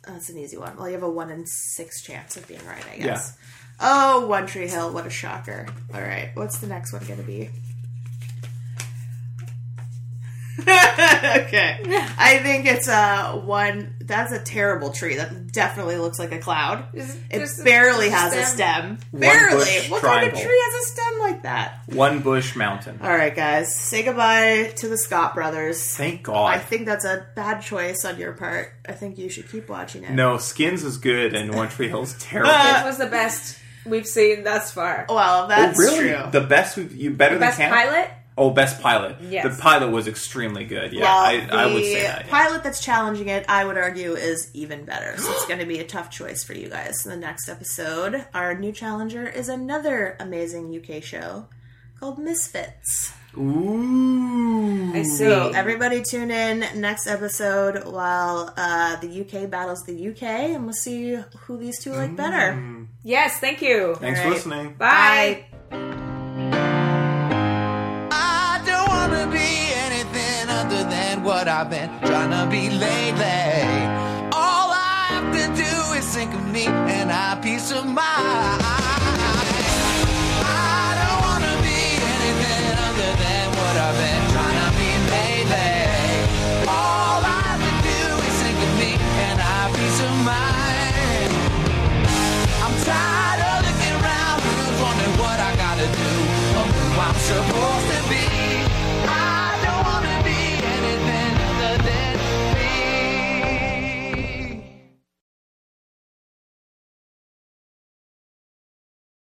Speaker 4: Oh, That's an easy one. Well, you have a one in six chance of being right, I
Speaker 3: Yeah.
Speaker 4: guess. Oh, One Tree Hill. What a shocker. All right, what's the next one going to be? okay. I think it's a one. That's a terrible tree. That definitely looks like a cloud.
Speaker 1: Just-
Speaker 4: It
Speaker 1: just a-
Speaker 4: barely
Speaker 1: just a
Speaker 4: has a stem.
Speaker 3: bush
Speaker 4: Barely. What kind
Speaker 3: triangle.
Speaker 4: of tree has a stem like that?
Speaker 3: One Bush Mountain.
Speaker 4: All right, guys. Say goodbye to the Scott brothers.
Speaker 3: Thank God.
Speaker 4: I think that's a bad choice on your part. I think you should keep watching it.
Speaker 3: no, Skins is good and One Tree Hill's terrible.
Speaker 1: This was the best we've seen thus far.
Speaker 4: Well,
Speaker 3: Oh,
Speaker 4: that's
Speaker 3: really?
Speaker 4: true.
Speaker 3: The best we you better
Speaker 1: Best
Speaker 3: than Camp?
Speaker 1: pilot.
Speaker 3: Oh, best pilot.
Speaker 1: Yes.
Speaker 3: The pilot was extremely good. Yeah,
Speaker 4: well,
Speaker 3: I, I
Speaker 4: the
Speaker 3: would say that. yeah.
Speaker 4: pilot that's challenging it, I would argue, is even better. So it's going to be a tough choice for you guys. In the next episode, our new challenger is another amazing UK show called Misfits.
Speaker 3: Ooh.
Speaker 1: I see.
Speaker 3: Oh.
Speaker 4: So everybody tune in next episode while uh, the UK battles the UK, and we'll see who these two
Speaker 3: Mm.
Speaker 4: like better.
Speaker 1: yes, thank you.
Speaker 3: Thanks for
Speaker 4: Alright.
Speaker 3: listening.
Speaker 1: Bye.
Speaker 9: I don't wanna be anything other than what I've been trying to be lately. All I have to do is think of me and I peace of mind. I don't wanna be anything other than what I've been trying to be lately. All I have to do is think of me and I peace of mind. I'm tired of looking around, wondering what I gotta do, or who I'm supposed to be.